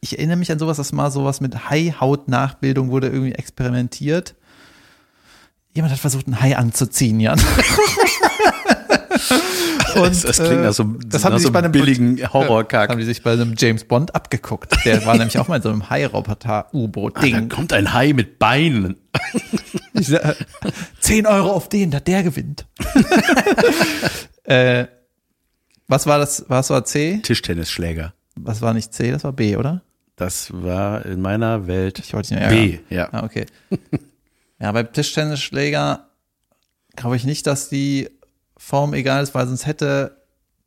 B: ich erinnere mich an sowas, dass mal sowas mit Hai-Haut-Nachbildung wurde irgendwie experimentiert. Jemand hat versucht, einen Hai anzuziehen, Jan. Und,
A: Das, das klingt
B: äh,
A: nach so, einem-
B: das haben
A: nach
B: die
A: so
B: sich bei einem
A: billigen
B: Das
A: Horrorkack.
B: haben die sich bei einem James Bond abgeguckt. Der war nämlich auch mal in so einem
A: Da
B: Hai-Roboter-U-Boot-Ding.
A: kommt ein Hai mit Beinen.
B: Ich sag, 10 Euro auf den, dass der gewinnt. äh, was war das? Was war C?
A: Tischtennisschläger.
B: Was war nicht C? Das war B, oder?
A: Das war in meiner Welt
B: Ich wollte nicht ärgern.
A: B, ja.
B: Ah, okay. ja, beim Tischtennisschläger glaube ich nicht, dass die Form egal ist, weil sonst hätte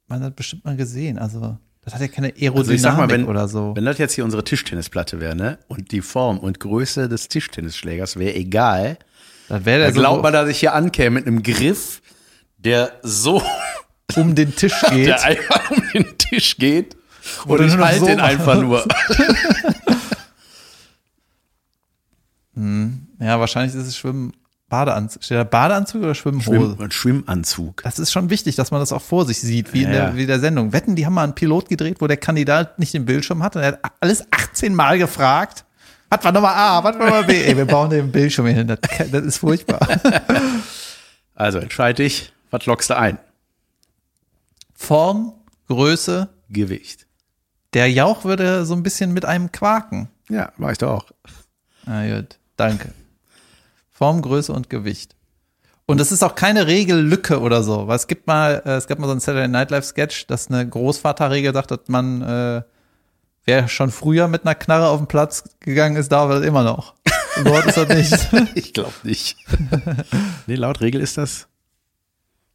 B: man das bestimmt mal gesehen. Also, das hat ja keine Aerodynamik
A: Also ich sag mal, wenn,
B: oder so.
A: wenn das jetzt hier unsere Tischtennisplatte wäre, ne, und die Form und Größe des Tischtennisschlägers wäre egal,
B: Dann wäre der
A: dann glaubt
B: so
A: man, dass ich hier ankäme mit einem Griff, der so
B: um den Tisch geht.
A: der einfach um den Tisch geht und
B: Oder
A: ich
B: nur noch
A: halte
B: so
A: den
B: machst.
A: einfach nur.
B: Ja, wahrscheinlich ist es Schwimmen, Badeanzug. Steht da Badeanzug oder Schwimmhose?
A: Schwimm und Schwimmanzug.
B: Das ist schon wichtig, dass man das auch vor sich sieht, wie, in
A: Ja,
B: der,
A: ja.
B: wie der Sendung. Wetten, die haben mal einen Pilot gedreht, wo der Kandidat nicht den Bildschirm hat und er hat alles 18 Mal gefragt. Was war Nummer A, was war Nummer B? Ey, wir bauen den Bildschirm hier hin, das, das ist furchtbar.
A: Also entscheide ich, was lockst du ein?
B: Form, Größe,
A: Gewicht.
B: der Jauch würde so ein bisschen mit einem quaken.
A: Ja, mach ich doch auch.
B: Na gut, danke. Form, Größe und Gewicht. Und das ist auch keine Regellücke oder so, weil es gibt mal, äh, es gab mal so einen Saturday Night Live Sketch, dass eine Großvaterregel sagt, dass man äh, Wer schon früher mit einer Knarre auf den Platz gegangen ist, darf das immer noch. Und dort ist das nicht.
A: Ich glaube nicht. nee, laut Regel ist das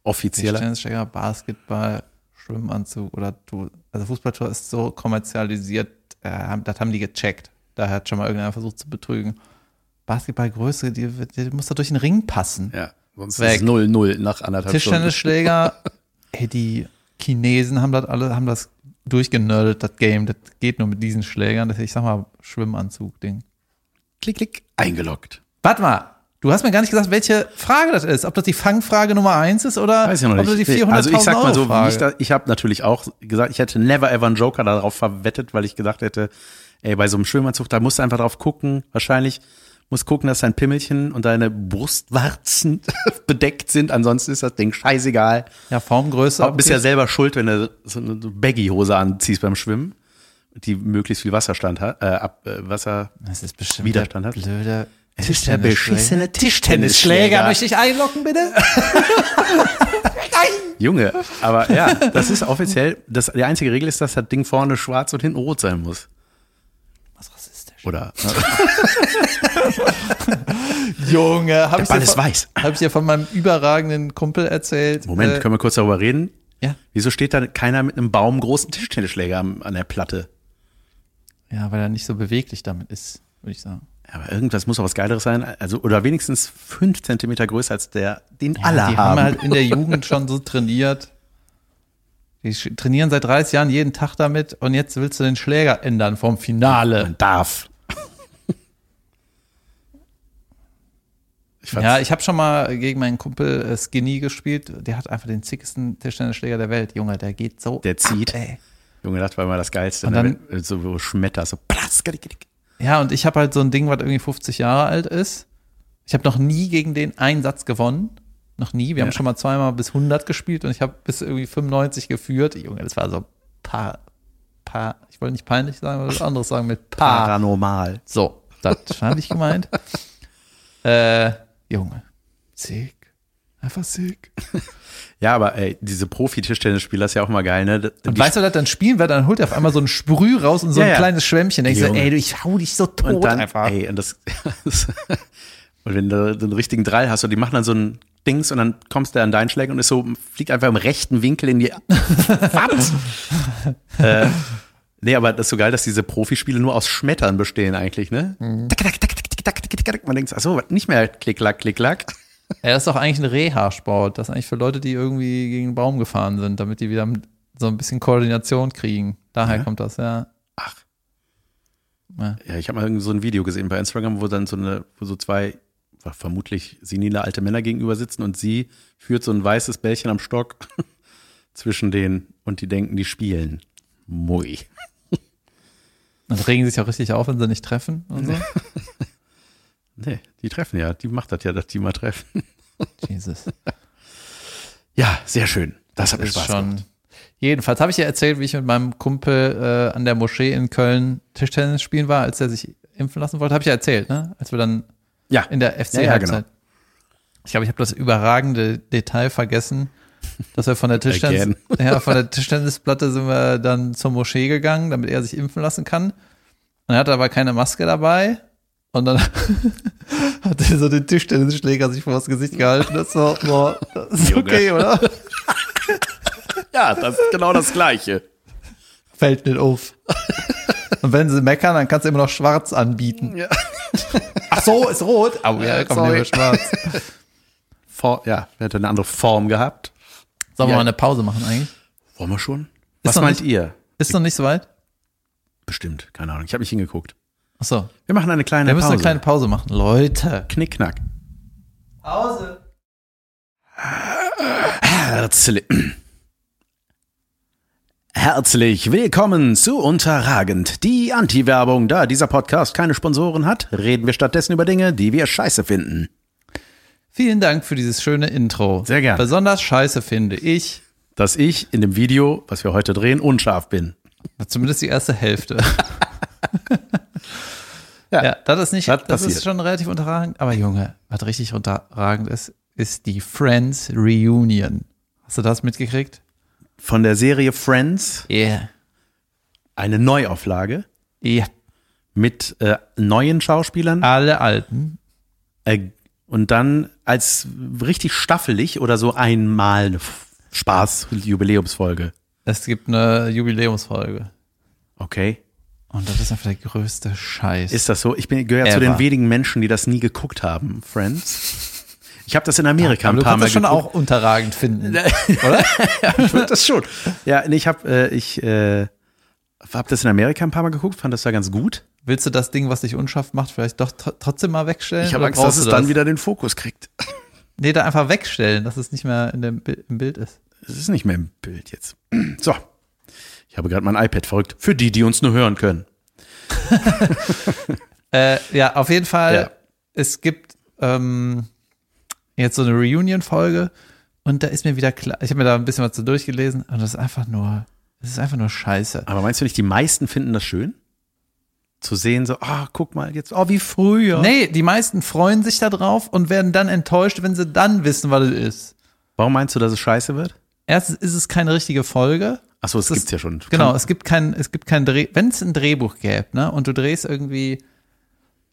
A: offizieller.
B: Tischtennisschläger, Basketball, Schwimmanzug oder Tour. Also Fußballtour ist so kommerzialisiert, äh, haben- das haben die gecheckt. Da hat schon mal irgendeiner versucht zu betrügen. Basketballgröße, die, wird- die muss da durch den Ring passen.
A: Ja, sonst
B: Weg.
A: ist es 0-0 nach anderthalb Stunden.
B: Tischtennisschläger, ey, die Chinesen haben das alle, haben das durchgenördet, das Game. Das geht nur mit diesen Schlägern. Das, ich sag mal, Schwimmanzug-Ding.
A: Klick, klick, eingeloggt.
B: Warte mal. Du hast mir gar nicht gesagt, welche Frage das ist. Ob das die Fangfrage Nummer eins ist oder
A: Weiß ich noch
B: ob das
A: nicht.
B: die
A: Nee,
B: 400.000
A: also ich sag mal so,
B: Euro
A: wie ich, da, ich habe natürlich auch gesagt, ich hätte never ever einen Joker darauf verwettet, weil ich gedacht hätte, ey, bei so einem Schwimmanzug, da musst du einfach drauf gucken, wahrscheinlich musst gucken, dass dein Pimmelchen und deine Brustwarzen bedeckt sind, ansonsten ist das Ding scheißegal.
B: Ja, Formgröße.
A: Du bist ja
B: okay.
A: selber schuld, wenn du so eine Baggy-Hose anziehst beim Schwimmen, die möglichst viel Wasserstand hat, äh, ab, äh, Wasser.
B: Das ist bestimmt
A: Widerstand
B: der
A: hat.
B: blöde.
A: Es ist der beschissene
B: Tischtennisschläger.
A: Tischtennisschläger.
B: Möchte ich einlocken, bitte?
A: Junge, aber ja, das ist offiziell, das, die einzige Regel ist, dass das Ding vorne schwarz und hinten rot sein muss.
B: Was rassistisch.
A: Oder? ne?
B: Junge, habe ich,
A: Ball
B: dir
A: ist
B: von-
A: weiß.
B: hab ich dir von meinem überragenden Kumpel erzählt. äh,
A: Moment, können wir kurz darüber reden?
B: ja.
A: Wieso steht da keiner mit einem Baum großen Tischtennisschläger am- an der Platte?
B: ja, weil er nicht so beweglich damit ist, würde ich sagen.
A: Aber irgendwas muss doch was Geileres sein. Also, oder wenigstens fünf Zentimeter größer als der, den
B: Ja,
A: alle
B: die haben.
A: haben.
B: halt in der Jugend schon so trainiert. Die sch- trainieren seit 30 Jahren jeden Tag damit und jetzt willst du den Schläger ändern vom Finale.
A: Man darf. Ich fand's,
B: Ja, ich habe schon mal gegen meinen Kumpel äh, Skinny gespielt. Der hat einfach den zickesten Tischtennisschläger der Welt. Junge, der geht so.
A: der zieht.
B: ey.
A: Junge, das war immer das Geilste.
B: Und
A: ne?
B: dann-
A: Wenn- so wo Schmetter, so platz, kadick, kadick.
B: Ja, und ich habe halt so ein Ding, was irgendwie 50 Jahre alt ist. Ich habe noch nie gegen den einen Satz gewonnen. Noch nie. Wir haben schon mal zweimal bis 100 gespielt und ich habe bis irgendwie 95 geführt. Junge, das war so paar, paar, ich wollte nicht peinlich sagen, aber was anderes sagen mit paar.
A: Paranormal.
B: So, das habe ich gemeint. äh, Junge, sick. Einfach sick.
A: Ja, aber ey, diese Profi-Tischtennisspieler ist ja auch mal geil, ne?
B: Und
A: Die
B: weißt du, was das dann spielen wird? Dann holt er auf einmal so ein Sprüh raus und so
A: Ja,
B: ein
A: ja.
B: kleines Schwämmchen. Denkst du,
A: Junge.
B: ey, du, ich hau dich so tot
A: Und dann,
B: einfach.
A: ey, und das, und wenn du den richtigen Drall hast und die machen dann so ein Dings und dann kommst du an deinen Schläger und ist so, fliegt einfach im rechten Winkel in die, was? äh, nee, aber das ist so geil, dass diese Profispiele nur aus Schmettern bestehen eigentlich, ne? Tack, tack, tack, tack, tack, tack, tack. Man denkt, ach so, nicht mehr klick, klack, klick, klack.
B: Ja, das ist doch eigentlich ein Reha-Sport. Das ist eigentlich für Leute, die irgendwie gegen einen Baum gefahren sind, damit die wieder so ein bisschen Koordination kriegen. Daher kommt das, ja.
A: Ach.
B: Ja.
A: Ja, ich habe mal irgend so ein Video gesehen bei Instagram, wo dann so eine, wo so zwei ver- vermutlich senile alte Männer gegenüber sitzen und sie führt so ein weißes Bällchen am Stock zwischen denen und die denken, die spielen. Mui.
B: Und regen sich auch richtig auf, wenn sie nicht treffen und so.
A: Nee, die treffen ja, die macht das ja, dass die mal treffen.
B: Jesus.
A: Ja, sehr schön. Das hat mir
B: Das ist
A: Spaß
B: schon.
A: gemacht.
B: Jedenfalls habe ich dir erzählt, wie ich mit meinem Kumpel äh, an der Moschee in Köln Tischtennis spielen war, als er sich impfen lassen wollte. Habe ich ja erzählt, ne? Als wir dann
A: Ja,
B: in der FC
A: Ja, genau. ja,
B: Halbzeit. Ich glaube, ich habe das überragende Detail vergessen, dass wir von der Tischtennis, ja, von der Tischtennisplatte sind wir dann zur Moschee gegangen, damit er sich impfen lassen kann. Und er hatte aber keine Maske dabei. Und dann hat er so den Tischtennisschläger sich vor das Gesicht gehalten. Das war, boah, das ist
A: Junge.
B: okay, oder?
A: ja, das ist genau das Gleiche.
B: Fällt nicht auf. Und wenn sie meckern, dann kannst du immer noch schwarz anbieten.
A: Ja.
B: Ach so, ist rot. Oh ja, komm,
A: Sorry.
B: nehmen wir schwarz.
A: For, ja, hätte eine andere Form gehabt.
B: Sollen wir
A: Ja.
B: mal eine Pause machen eigentlich?
A: Wollen wir schon?
B: Ist
A: Was
B: noch
A: meint
B: nicht-
A: ihr?
B: Ist noch nicht so weit?
A: Bestimmt, keine Ahnung. Ich habe nicht hingeguckt.
B: Ach so.
A: Wir machen eine kleine
B: Wir müssen
A: Pause.
B: eine kleine Pause machen. Leute.
A: Knickknack.
B: Pause.
A: Herzlich, herzlich willkommen zu Unterragend, die Anti-Werbung. Da dieser Podcast keine Sponsoren hat, reden wir stattdessen über Dinge, die wir scheiße finden.
B: Vielen Dank für dieses schöne Intro.
A: Sehr gerne.
B: Besonders scheiße finde ich,
A: Dass ich in dem Video, was wir heute drehen, unscharf bin.
B: zumindest die erste Hälfte.
A: Ja.
B: ja, das ist nicht,
A: Das
B: das,
A: passiert.
B: ist schon relativ unterragend. Aber Junge, was richtig unterragend ist, ist die Friends Reunion. Hast du das mitgekriegt?
A: Von der Serie Friends
B: Yeah.
A: eine Neuauflage
B: Ja.
A: mit äh, neuen Schauspielern
B: Alle alten.
A: äh, und dann als richtig staffelig oder so einmal eine F- Spaß-Jubiläumsfolge.
B: Es gibt eine Jubiläumsfolge.
A: Okay.
B: Und das ist einfach der größte Scheiß.
A: Ist das so? Ich bin- gehöre ja zu
B: Ever.
A: den wenigen Menschen, die das nie geguckt haben, Friends. Ich habe das in Amerika
B: Aber
A: ein
B: du
A: paar
B: kannst
A: Mal
B: das schon
A: geguckt.
B: auch unterragend finden, oder?
A: das schon. Ja, nee, ich habe äh, ich äh, hab das in Amerika ein paar Mal geguckt, fand das da ganz gut.
B: Willst du das Ding, was dich unscharf macht, vielleicht doch tr- trotzdem mal wegstellen?
A: Ich habe
B: Oder
A: Angst, dass
B: brauchst
A: es
B: du
A: dann
B: das?
A: wieder den Fokus kriegt.
B: Nee, da einfach wegstellen, dass es nicht mehr in dem, Bi- im Bild ist.
A: Es ist nicht mehr im Bild jetzt. So. Ich habe gerade mein iPad verrückt. Für die, die uns nur hören können.
B: Äh, ja, auf jeden Fall,
A: Ja.
B: es gibt ähm, jetzt so eine Reunion-Folge und da ist mir wieder klar, ich habe mir da ein bisschen was zu durchgelesen und das ist einfach nur, das ist einfach nur scheiße.
A: Aber meinst du nicht, die meisten finden das schön? Zu sehen, so, ah, guck mal, jetzt, oh, wie früher.
B: Nee, die meisten freuen sich da drauf und werden dann enttäuscht, wenn sie dann wissen, was es ist.
A: Warum meinst du, dass es scheiße wird?
B: Erstens ist es keine richtige Folge.
A: Achso, es
B: Das-
A: gibt's ja schon.
B: Genau, es gibt kein, es gibt kein Dreh, wenn es ein Drehbuch gäbe, ne, und du drehst irgendwie,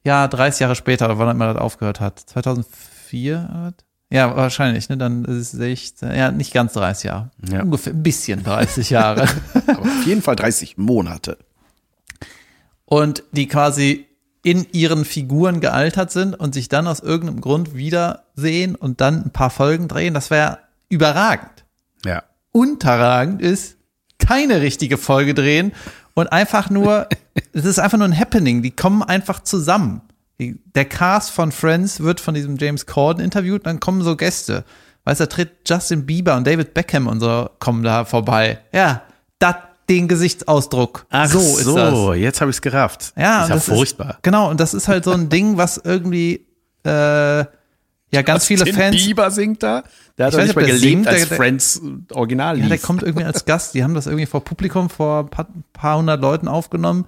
B: ja, 30 Jahre später, oder wann immer das aufgehört hat, 2004, oder was? ja, wahrscheinlich, ne, dann ist es 16, ja, nicht ganz 30 Jahre,
A: Ja.
B: ungefähr ein bisschen 30 Jahre.
A: Aber auf jeden Fall 30 Monate.
B: und die quasi in ihren Figuren gealtert sind und sich dann aus irgendeinem Grund wiedersehen und dann ein paar Folgen drehen, das wäre überragend.
A: Ja.
B: unterragend ist, keine richtige Folge drehen und einfach nur, es ist einfach nur ein Happening. Die kommen einfach zusammen. Die, der Cast von Friends wird von diesem James Corden interviewt, dann kommen so Gäste. Weißt du, da tritt Justin Bieber und David Beckham und so kommen da vorbei. Ja, dat, den Gesichtsausdruck.
A: Ach so,
B: so ist das.
A: jetzt habe ich es gerafft.
B: Ja,
A: ist
B: und
A: ja
B: das
A: furchtbar.
B: Ist, genau, und das ist halt so ein Ding, was irgendwie äh, ja ganz viele
A: Tim
B: Fans
A: Bieber singt da. Der hat
B: Ich weiß nicht,
A: doch nicht mal
B: ob der
A: gelebt,
B: singt,
A: als
B: der- der-
A: Friends Original
B: Ja, der
A: lief.
B: kommt irgendwie als Gast. Die haben das irgendwie vor Publikum, vor ein paar, paar hundert Leuten aufgenommen,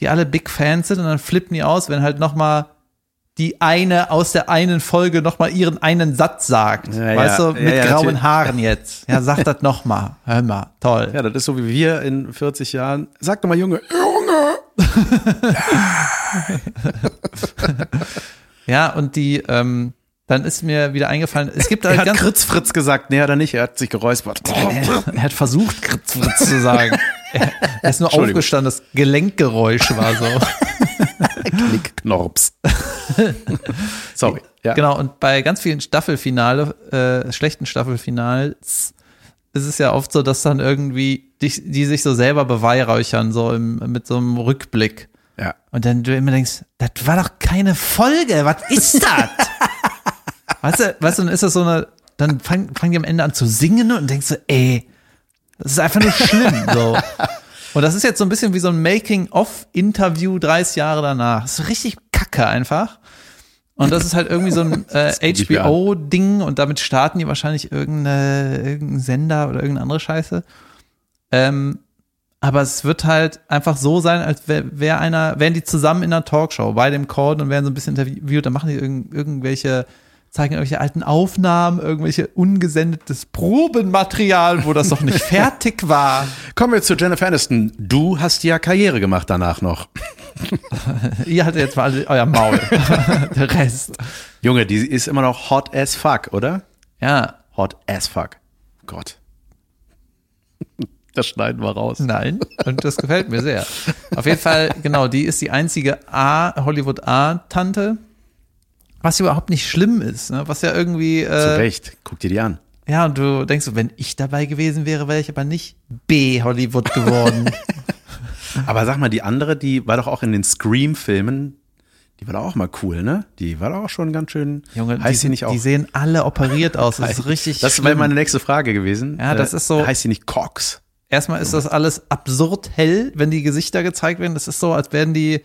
B: die alle Big Fans sind und dann flippen die aus, wenn halt nochmal die eine aus der einen Folge nochmal ihren einen Satz sagt.
A: Ja,
B: weißt
A: ja.
B: du,
A: Ja,
B: mit
A: ja,
B: grauen
A: natürlich.
B: Haaren jetzt. Ja, sag das nochmal. Hör mal. Toll.
A: ja, das ist so wie wir in 40 Jahren. Sag doch mal, Junge. Junge!
B: Ja, und die, ähm, dann ist mir wieder eingefallen, es gibt da
A: Er hat
B: ganz,
A: Kritz Fritz gesagt. Nee, hat er nicht. Er hat sich geräuspert.
B: er hat versucht, Kritz Fritz zu sagen. Er, er ist nur
A: Entschuldigung.
B: aufgestanden, das Gelenkgeräusch war so.
A: Knick, Knorps. Sorry. Ja.
B: Genau, und bei ganz vielen Staffelfinale, äh, schlechten Staffelfinals, ist es ja oft so, dass dann irgendwie die, die sich so selber beweihräuchern, so im, mit so einem Rückblick.
A: Ja.
B: Und dann du immer denkst, das war doch keine Folge, was ist das? weißt du, weißt du, dann ist das so eine, dann fangen fangen die am Ende an zu singen und denkst so, ey, das ist einfach nur schlimm, so. Und das ist jetzt so ein bisschen wie so ein Making-of-Interview 30 Jahre danach. Das ist richtig kacke einfach. Und das ist halt irgendwie so ein äh,
A: guck ich mir an.
B: HBO-Ding und damit starten die wahrscheinlich irgendeine, irgendeinen Sender oder irgendeine andere Scheiße. Ähm, aber es wird halt einfach so sein, als wäre wär einer, wären die zusammen in einer Talkshow bei dem Corden und werden so ein bisschen interviewt, dann machen die irgend, irgendwelche, zeigen irgendwelche alten Aufnahmen, irgendwelche ungesendetes Probenmaterial, wo das noch nicht fertig war.
A: Kommen wir zu Jennifer Aniston. Du hast ja Karriere gemacht danach noch.
B: Ihr hattet jetzt mal alle euer Maul. Der Rest.
A: Junge, die ist immer noch hot as fuck, oder?
B: Ja,
A: Hot as fuck. Gott. Das schneiden wir raus.
B: nein. Und das gefällt mir sehr. Auf jeden Fall, genau, die ist die einzige A, Hollywood A-Tante, was überhaupt nicht schlimm ist, ne? was ja irgendwie.
A: Zu
B: Äh,
A: Recht. Guck dir die an.
B: Ja, und du denkst so, wenn ich dabei gewesen wäre, wäre ich aber nicht B-Hollywood geworden.
A: Aber sag mal, die andere, die war doch auch in den Scream-Filmen, die war doch auch mal cool, ne? Die war doch auch schon ganz schön.
B: Junge, die,
A: heißt sie
B: sind-
A: nicht auch?
B: die sehen alle operiert aus. Das ist richtig
A: das wäre
B: schlimm.
A: meine nächste Frage gewesen.
B: Ja, das
A: Äh,
B: ist so-
A: Heißt sie nicht Cox?
B: Erstmal ist das alles absurd hell, wenn die Gesichter gezeigt werden. Das ist so, als werden die,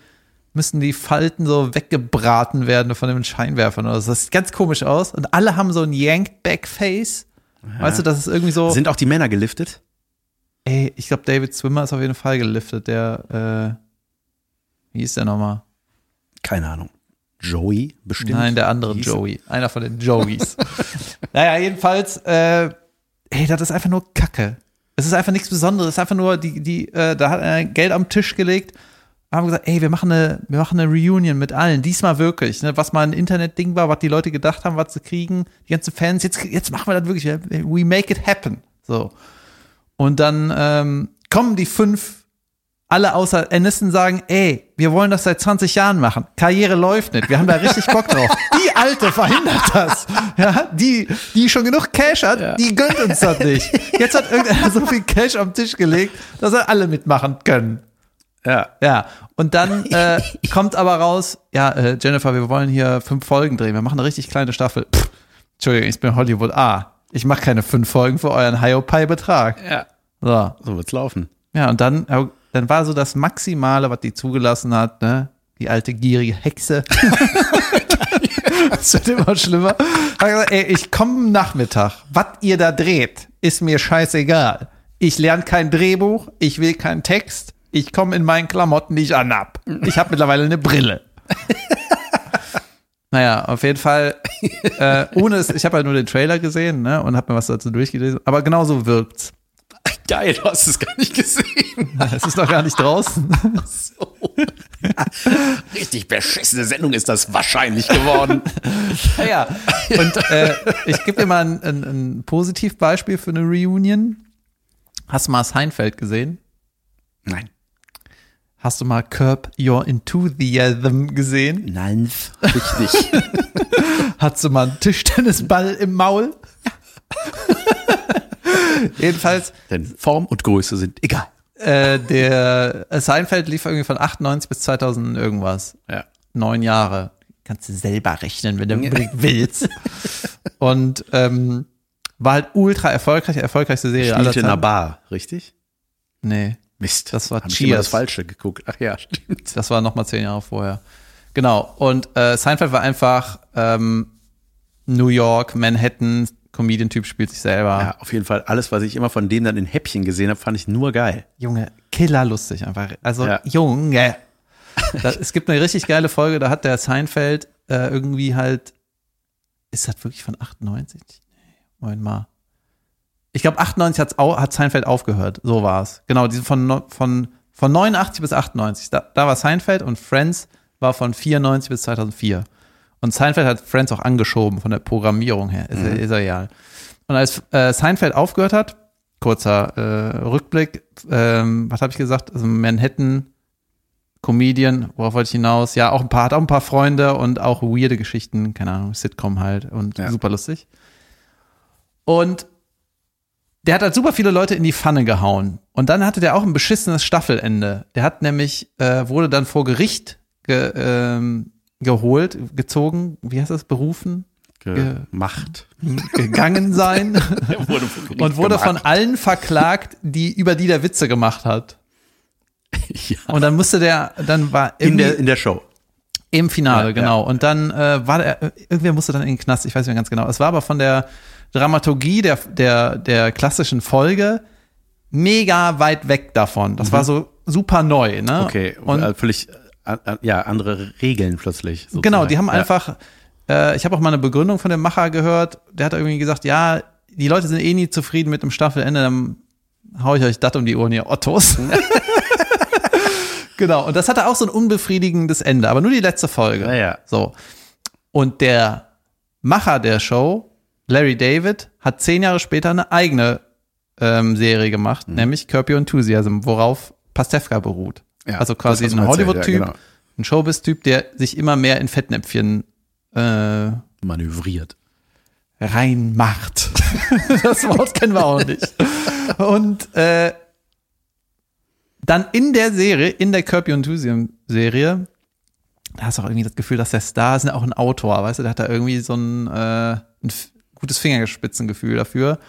B: müssen die Falten so weggebraten werden von den Scheinwerfern oder so. Das sieht ganz komisch aus. Und alle haben so ein Yanked-Back-Face. Weißt du, das ist irgendwie so.
A: Sind auch die Männer geliftet?
B: Ey, ich glaube, David Swimmer ist auf jeden Fall geliftet. Der, äh, wie hieß der nochmal?
A: Keine Ahnung. Joey bestimmt.
B: Nein, der andere
A: Wie hieß
B: Joey. Einer von den Joeys. naja, jedenfalls, äh, hey, das ist einfach nur Kacke. Es ist einfach nichts Besonderes. Es ist einfach nur, die, die, äh, da hat einer Geld am Tisch gelegt, haben gesagt, ey, wir machen eine, wir machen eine Reunion mit allen. Diesmal wirklich. Ne? Was mal ein Internetding war, was die Leute gedacht haben, was sie kriegen, die ganzen Fans, jetzt, jetzt machen wir das wirklich. We make it happen. So. Und dann ähm, kommen die fünf alle außer Aniston sagen, ey, wir wollen das seit 20 Jahren machen. Karriere läuft nicht. Wir haben da richtig Bock drauf. Die Alte verhindert das. Ja, die, die schon genug Cash hat, die gönnt uns das nicht. Jetzt hat irgendeiner so viel Cash am Tisch gelegt, dass er alle mitmachen können.
A: Ja.
B: Ja, und dann äh, kommt aber raus, ja, äh, Jennifer, wir wollen hier fünf Folgen drehen. Wir machen eine richtig kleine Staffel. Pff, Entschuldigung, ich bin Hollywood A. Ich mache keine fünf Folgen für euren Hiopai-Betrag.
A: Ja.
B: So.
A: So wird's laufen.
B: Ja, und dann, aber dann war so das Maximale, was die zugelassen hat, ne? Die alte gierige Hexe. das wird immer schlimmer. Hat gesagt, ey, ich komme Nachmittag. Was ihr da dreht, ist mir scheißegal. Ich lerne kein Drehbuch, ich will keinen Text, ich komme in meinen Klamotten, die ich anhab. Ich habe mittlerweile eine Brille. Naja, auf jeden Fall, äh, ohne es, ich habe halt nur den Trailer gesehen ne, und habe mir was dazu durchgelesen, aber genauso wirkt's.
A: Geil, du hast es gar nicht gesehen.
B: Es ist noch gar nicht draußen.
A: So. Richtig beschissene Sendung ist das wahrscheinlich geworden.
B: Ja, ja. Und äh, ich gebe dir mal ein, ein, ein Positivbeispiel für eine Reunion. Hast du mal Seinfeld gesehen?
A: Nein.
B: Hast du mal Curb Your Enthusiasm gesehen?
A: Nein. Richtig.
B: Hast du mal einen Tischtennisball im Maul? Jedenfalls,
A: Denn Form und Größe sind egal.
B: äh, der Seinfeld lief irgendwie von 98 bis 2000 irgendwas.
A: Ja.
B: neun Jahre. Kannst du selber rechnen, wenn du unbedingt willst. Und ähm, war halt ultra erfolgreich, erfolgreichste Serie aller
A: Spielte in einer
B: Zeiten.
A: Bar, richtig?
B: Nee,
A: Mist.
B: Das war
A: Hab ich immer
B: Cheers.
A: das Falsche geguckt. Ach ja, stimmt.
B: das war nochmal zehn Jahre vorher. Genau. Und äh, Seinfeld war einfach ähm, New York, Manhattan, Comedian-Typ spielt sich selber.
A: Ja, auf jeden Fall. Alles, was ich immer von dem dann in Häppchen gesehen habe, fand ich nur geil.
B: Junge, killerlustig einfach. Also,
A: Ja.
B: Junge. Das, es gibt eine richtig geile Folge, da hat der Seinfeld äh, irgendwie halt. Ist das wirklich von 98? Nee, Moment mal. Ich glaube, 98 hat's au, hat Seinfeld aufgehört. So war's. Genau, diese von, no- von, von 89 bis 98. Da, da war Seinfeld und Friends war von 94 bis 2004. Und Seinfeld hat Friends auch angeschoben von der Programmierung her. Ist, ist ja egal. Und als äh, Seinfeld aufgehört hat, kurzer äh, Rückblick, ähm, was habe ich gesagt? Also Manhattan, Comedian, worauf wollte ich hinaus? Ja, auch ein paar, hat auch ein paar Freunde und auch weirde Geschichten, keine Ahnung, Sitcom halt und
A: Ja.
B: super lustig. Und der hat halt super viele Leute in die Pfanne gehauen. Und dann hatte der auch ein beschissenes Staffelende. Der hat nämlich, äh, wurde dann vor Gericht ge, ähm, geholt, gezogen, wie heißt das, berufen,
A: Gemacht.
B: gegangen sein.
A: Der wurde vor Gericht
B: und wurde von
A: gemacht.
B: allen verklagt, die über die der Witze gemacht hat.
A: Ja.
B: Und dann musste der, dann war
A: In
B: irgendwie-
A: der, in der Show.
B: im Finale,
A: Ja,
B: genau. Und dann äh, war der, irgendwer musste dann in den Knast, ich weiß nicht mehr ganz genau. Es war aber von der Dramaturgie der, der, der klassischen Folge mega weit weg davon. Das war so super neu, ne?
A: Mhm. Okay.
B: Und
A: äh, völlig, äh, äh, ja, andere Regeln plötzlich. sozusagen.
B: Genau, die haben
A: ja.
B: einfach, äh, ich habe auch mal eine Begründung von dem Macher gehört, der hat irgendwie gesagt, ja, die Leute sind eh nie zufrieden mit dem Staffelende, dann hau ich euch das um die Ohren, ihr Ottos. genau, und das hatte auch so ein unbefriedigendes Ende, aber nur die letzte Folge.
A: Ja, ja.
B: So. Und der Macher der Show, Larry David, hat zehn Jahre später eine eigene ähm, Serie
A: Mhm.
B: gemacht, nämlich Curb Your Enthusiasm, worauf Pastewka beruht.
A: Ja,
B: also
A: das
B: quasi
A: hast du
B: ein
A: mir erzählt,
B: Hollywood-Typ,
A: ja, genau.
B: ein Showbiz-Typ, der sich immer mehr in Fettnäpfchen äh,
A: Manövriert.
B: reinmacht. das Wort kennen wir auch nicht. Und äh, dann in der Serie, in der Curb Your Enthusiasm Serie, da hast du auch irgendwie das Gefühl, dass der Star ist ja auch ein Autor, weißt du, der hat da irgendwie so ein, äh, ein f- gutes Fingerspitzengefühl dafür.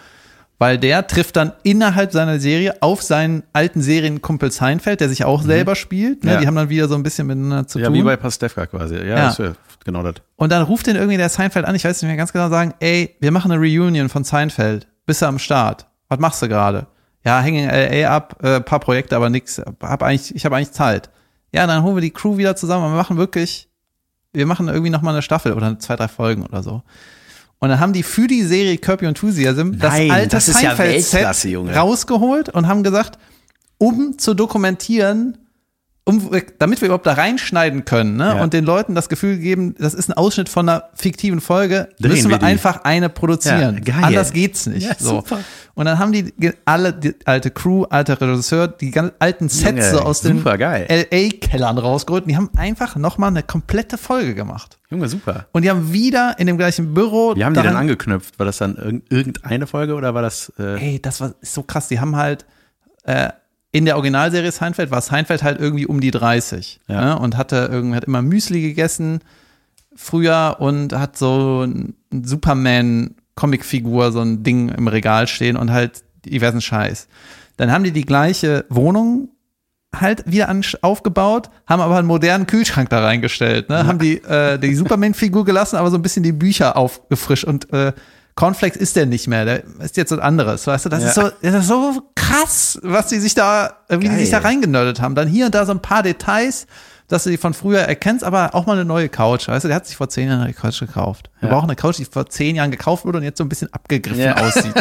B: Weil der trifft dann innerhalb seiner Serie auf seinen alten Serienkumpel Seinfeld, der sich auch selber spielt. Ne?
A: Ja.
B: Die haben dann wieder so ein bisschen miteinander zu
A: Ja,
B: tun.
A: wie bei Pastewka quasi. Ja,
B: Ja.
A: Ist ja genau das.
B: Und dann ruft den irgendwie der Seinfeld an, ich weiß nicht mehr ganz genau, sagen, ey, wir machen eine Reunion von Seinfeld. Bist du am Start? Was machst du gerade? Ja, hänge in LA ab, äh, paar Projekte, aber nix. Hab eigentlich, ich habe eigentlich Zeit. Ja, dann holen wir die Crew wieder zusammen und wir machen wirklich, wir machen irgendwie nochmal eine Staffel oder zwei, drei Folgen oder so. Und dann haben die für die Serie Curb Your Enthusiasm
A: Nein,
B: das alte
A: das ist ja
B: Seinfeld-Set
A: Weltklasse, Junge.
B: rausgeholt und haben gesagt, um zu dokumentieren, um, damit wir überhaupt da reinschneiden können ne?
A: Ja.
B: und den Leuten das Gefühl geben, das ist ein Ausschnitt von einer fiktiven Folge,
A: Drehen
B: müssen
A: wir
B: wir,
A: die.
B: einfach eine produzieren.
A: Ja, geil.
B: Anders geht's nicht.
A: Ja,
B: so.
A: super.
B: Und dann haben die ge- alle, die alte Crew, alter Regisseur, die ganz alten
A: Junge,
B: Sets so aus den
A: super geil.
B: LA-Kellern rausgeholt und die haben einfach nochmal eine komplette Folge gemacht.
A: Junge, super.
B: Und die haben wieder in dem gleichen Büro.
A: Wie haben die
B: daran-
A: dann angeknüpft? War das dann irg- irgendeine Folge oder war das äh,
B: Ey, das war ist so krass. Die haben halt äh, in der Originalserie Seinfeld war Seinfeld halt irgendwie um die 30
A: Ja.
B: ne? und hatte irgendwie hat immer Müsli gegessen früher und hat so ein Superman Comicfigur so ein Ding im Regal stehen und halt diversen Scheiß. Dann haben die die gleiche Wohnung halt wieder an, aufgebaut, haben aber einen modernen Kühlschrank da reingestellt. Ne? Haben die äh, die Superman-Figur gelassen, aber so ein bisschen die Bücher aufgefrischt und äh, Cornflakes ist der nicht mehr, der ist jetzt was anderes. Weißt du, das
A: Ja.
B: ist so, das ist so krass, was die sich da, wie die
A: Geil.
B: sich da reingenördet haben. Dann hier und da so ein paar Details, dass du die von früher erkennst, aber auch mal eine neue Couch. Weißt du, der hat sich vor zehn Jahren eine Couch gekauft. Wir brauchen eine Couch, die vor zehn Jahren gekauft wurde und jetzt so ein bisschen abgegriffen
A: Ja.
B: aussieht.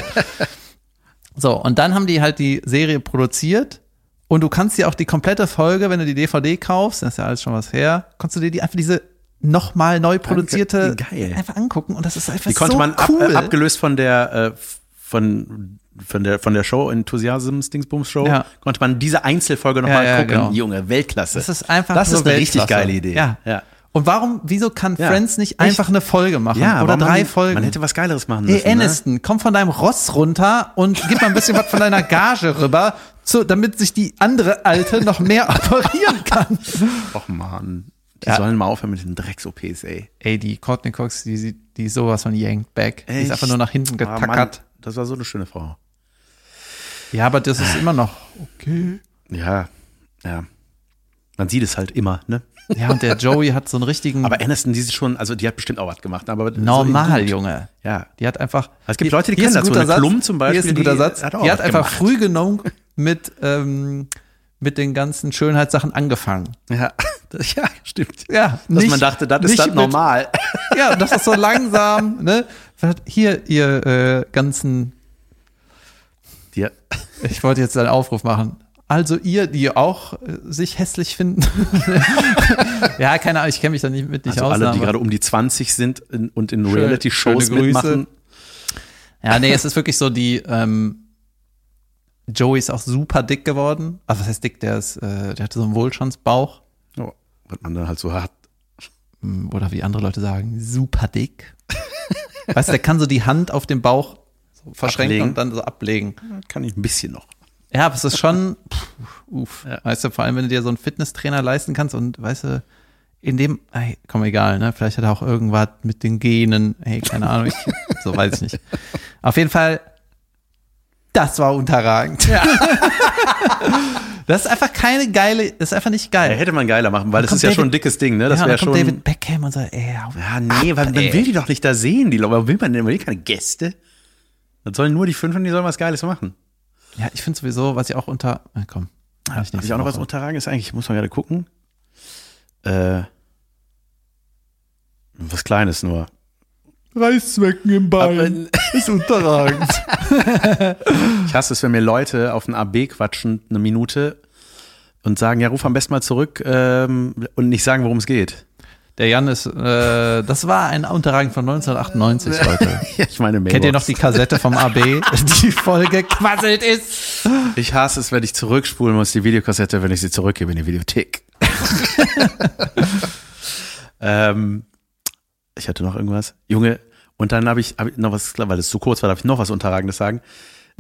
B: So, und dann haben die halt die Serie produziert und du kannst dir auch die komplette Folge, wenn du die DVD kaufst, das ist ja alles schon was her, kannst du dir die einfach diese nochmal neu produzierte
A: Geil.
B: einfach angucken und das ist einfach
A: Die konnte
B: so
A: man ab,
B: cool.
A: äh, abgelöst von der äh, f- von von der von der Show Enthusiasms Dingsbums Show
B: Ja.
A: konnte man diese
B: Ja,
A: Einzelfolge nochmal
B: ja,
A: gucken.
B: genau.
A: Junge, Weltklasse.
B: das ist einfach
A: Das
B: nur
A: ist eine richtig
B: Weltklasse.
A: geile Idee.
B: Ja.
A: ja.
B: Und warum, wieso kann
A: Ja.
B: Friends nicht
A: Echt?
B: einfach eine Folge machen
A: Ja,
B: oder
A: aber man,
B: drei Folgen?
A: Man hätte was Geileres machen
B: Hey,
A: müssen. ne?
B: Aniston, komm von deinem Ross runter und gib mal ein bisschen was von deiner Gage rüber, zu, damit sich die andere Alte noch mehr operieren kann.
A: ne? Och Mann. Die
B: Ja.
A: sollen mal aufhören mit den Drecks-OPs, ey.
B: Ey, die Courtney Cox, die, sieht- die ist sowas von yanked back. Die ist einfach nur nach hinten
A: Ah, Mann,
B: getackert.
A: das war so eine schöne Frau.
B: ja, aber das ist immer noch okay.
A: Ja, ja. Man sieht es halt immer, ne?
B: Ja, und der Joey hat so einen richtigen
A: Aber Aniston, die ist schon, also die hat bestimmt auch was gemacht. Aber so
B: Normal,
A: gut.
B: Junge.
A: Ja.
B: Die hat einfach.
A: Es gibt
B: Hier-
A: Leute, die
B: hier ist
A: kennen
B: ein
A: das so.
B: guter
A: Eine
B: Satz.
A: Klum zum
B: Hier ist
A: Beispiel,
B: ein guter
A: die
B: Satz.
A: hat auch
B: die
A: was
B: hat einfach
A: gemacht.
B: früh genug mit, ähm, mit den ganzen Schönheitssachen angefangen.
A: Ja, das, ja stimmt.
B: Ja,
A: Dass
B: nicht-
A: man dachte, das
B: nicht
A: ist das
B: mit-
A: normal.
B: Ja, das ist so langsam, ne? Hier, ihr äh, ganzen
A: Ja.
B: Ich wollte jetzt einen Aufruf machen. Also ihr, die auch äh, sich hässlich finden. ja, keine Ahnung, ich kenne mich da nicht mit nicht
A: Also
B: aus.
A: alle, die
B: aber-
A: gerade um die 20 sind in, und in
B: Schöne-
A: Reality-Shows
B: schöne Grüße.
A: mitmachen.
B: ja, nee, es ist wirklich so, die ähm, Joey ist auch super dick geworden. Also was heißt dick? Der ist, äh, der hatte so einen Wohlstandsbauch.
A: Oh, was man dann halt so hat.
B: Hm, Oder wie andere Leute sagen, super dick. weißt du, der kann so die Hand auf dem Bauch so verschränken
A: Ablegen.
B: und dann so ablegen.
A: Kann ich ein bisschen noch.
B: Ja, aber es ist schon, pff, uff,
A: Ja.
B: weißt du, vor allem, wenn du dir so einen Fitnesstrainer leisten kannst und, weißt du, in dem, ey, komm, egal, ne, vielleicht hat er auch irgendwas mit den Genen, hey, keine Ahnung, ich, so weiß ich nicht. Auf jeden Fall, das war unterragend. das ist einfach keine geile, das ist einfach nicht
A: Ja,
B: geil.
A: Äh, hätte man geiler machen, weil das
B: kommt
A: ist ja
B: David-
A: schon ein dickes Ding, ne? Das
B: ja,
A: wäre
B: dann
A: schon.
B: kommt David Beckham und sagt, ey, hau
A: ja, nee, weil man
B: ey.
A: will die doch nicht da sehen. Die, Leute. will man denn? Man will keine Gäste. Dann sollen nur die fünf und die sollen was Geiles machen.
B: ja, ich finde sowieso, was ich auch unter, na, komm, hab ich
A: Hab
B: nächste
A: ich auch noch was
B: Woche.
A: unterragen ist eigentlich, muss man gerade gucken. Äh, was Kleines nur.
B: Reißzwecken im Bein. ist unterragend.
A: Ich hasse es, wenn mir Leute auf den AB quatschen eine Minute und sagen, ja, ruf am besten mal zurück ähm, und nicht sagen, worum es geht.
B: Der Jan ist, äh, das war ein Unterrang von 1998, Leute.
A: Ich meine, Mailbox.
B: Kennt ihr noch die Kassette vom AB, die voll gequasselt ist?
A: Ich hasse es, wenn ich zurückspulen muss, die Videokassette, wenn ich sie zurückgebe in die Videothek. ähm, ich hatte noch irgendwas. Junge, und dann habe ich, hab ich noch was, weil es zu kurz war, darf ich noch was Unterragendes sagen.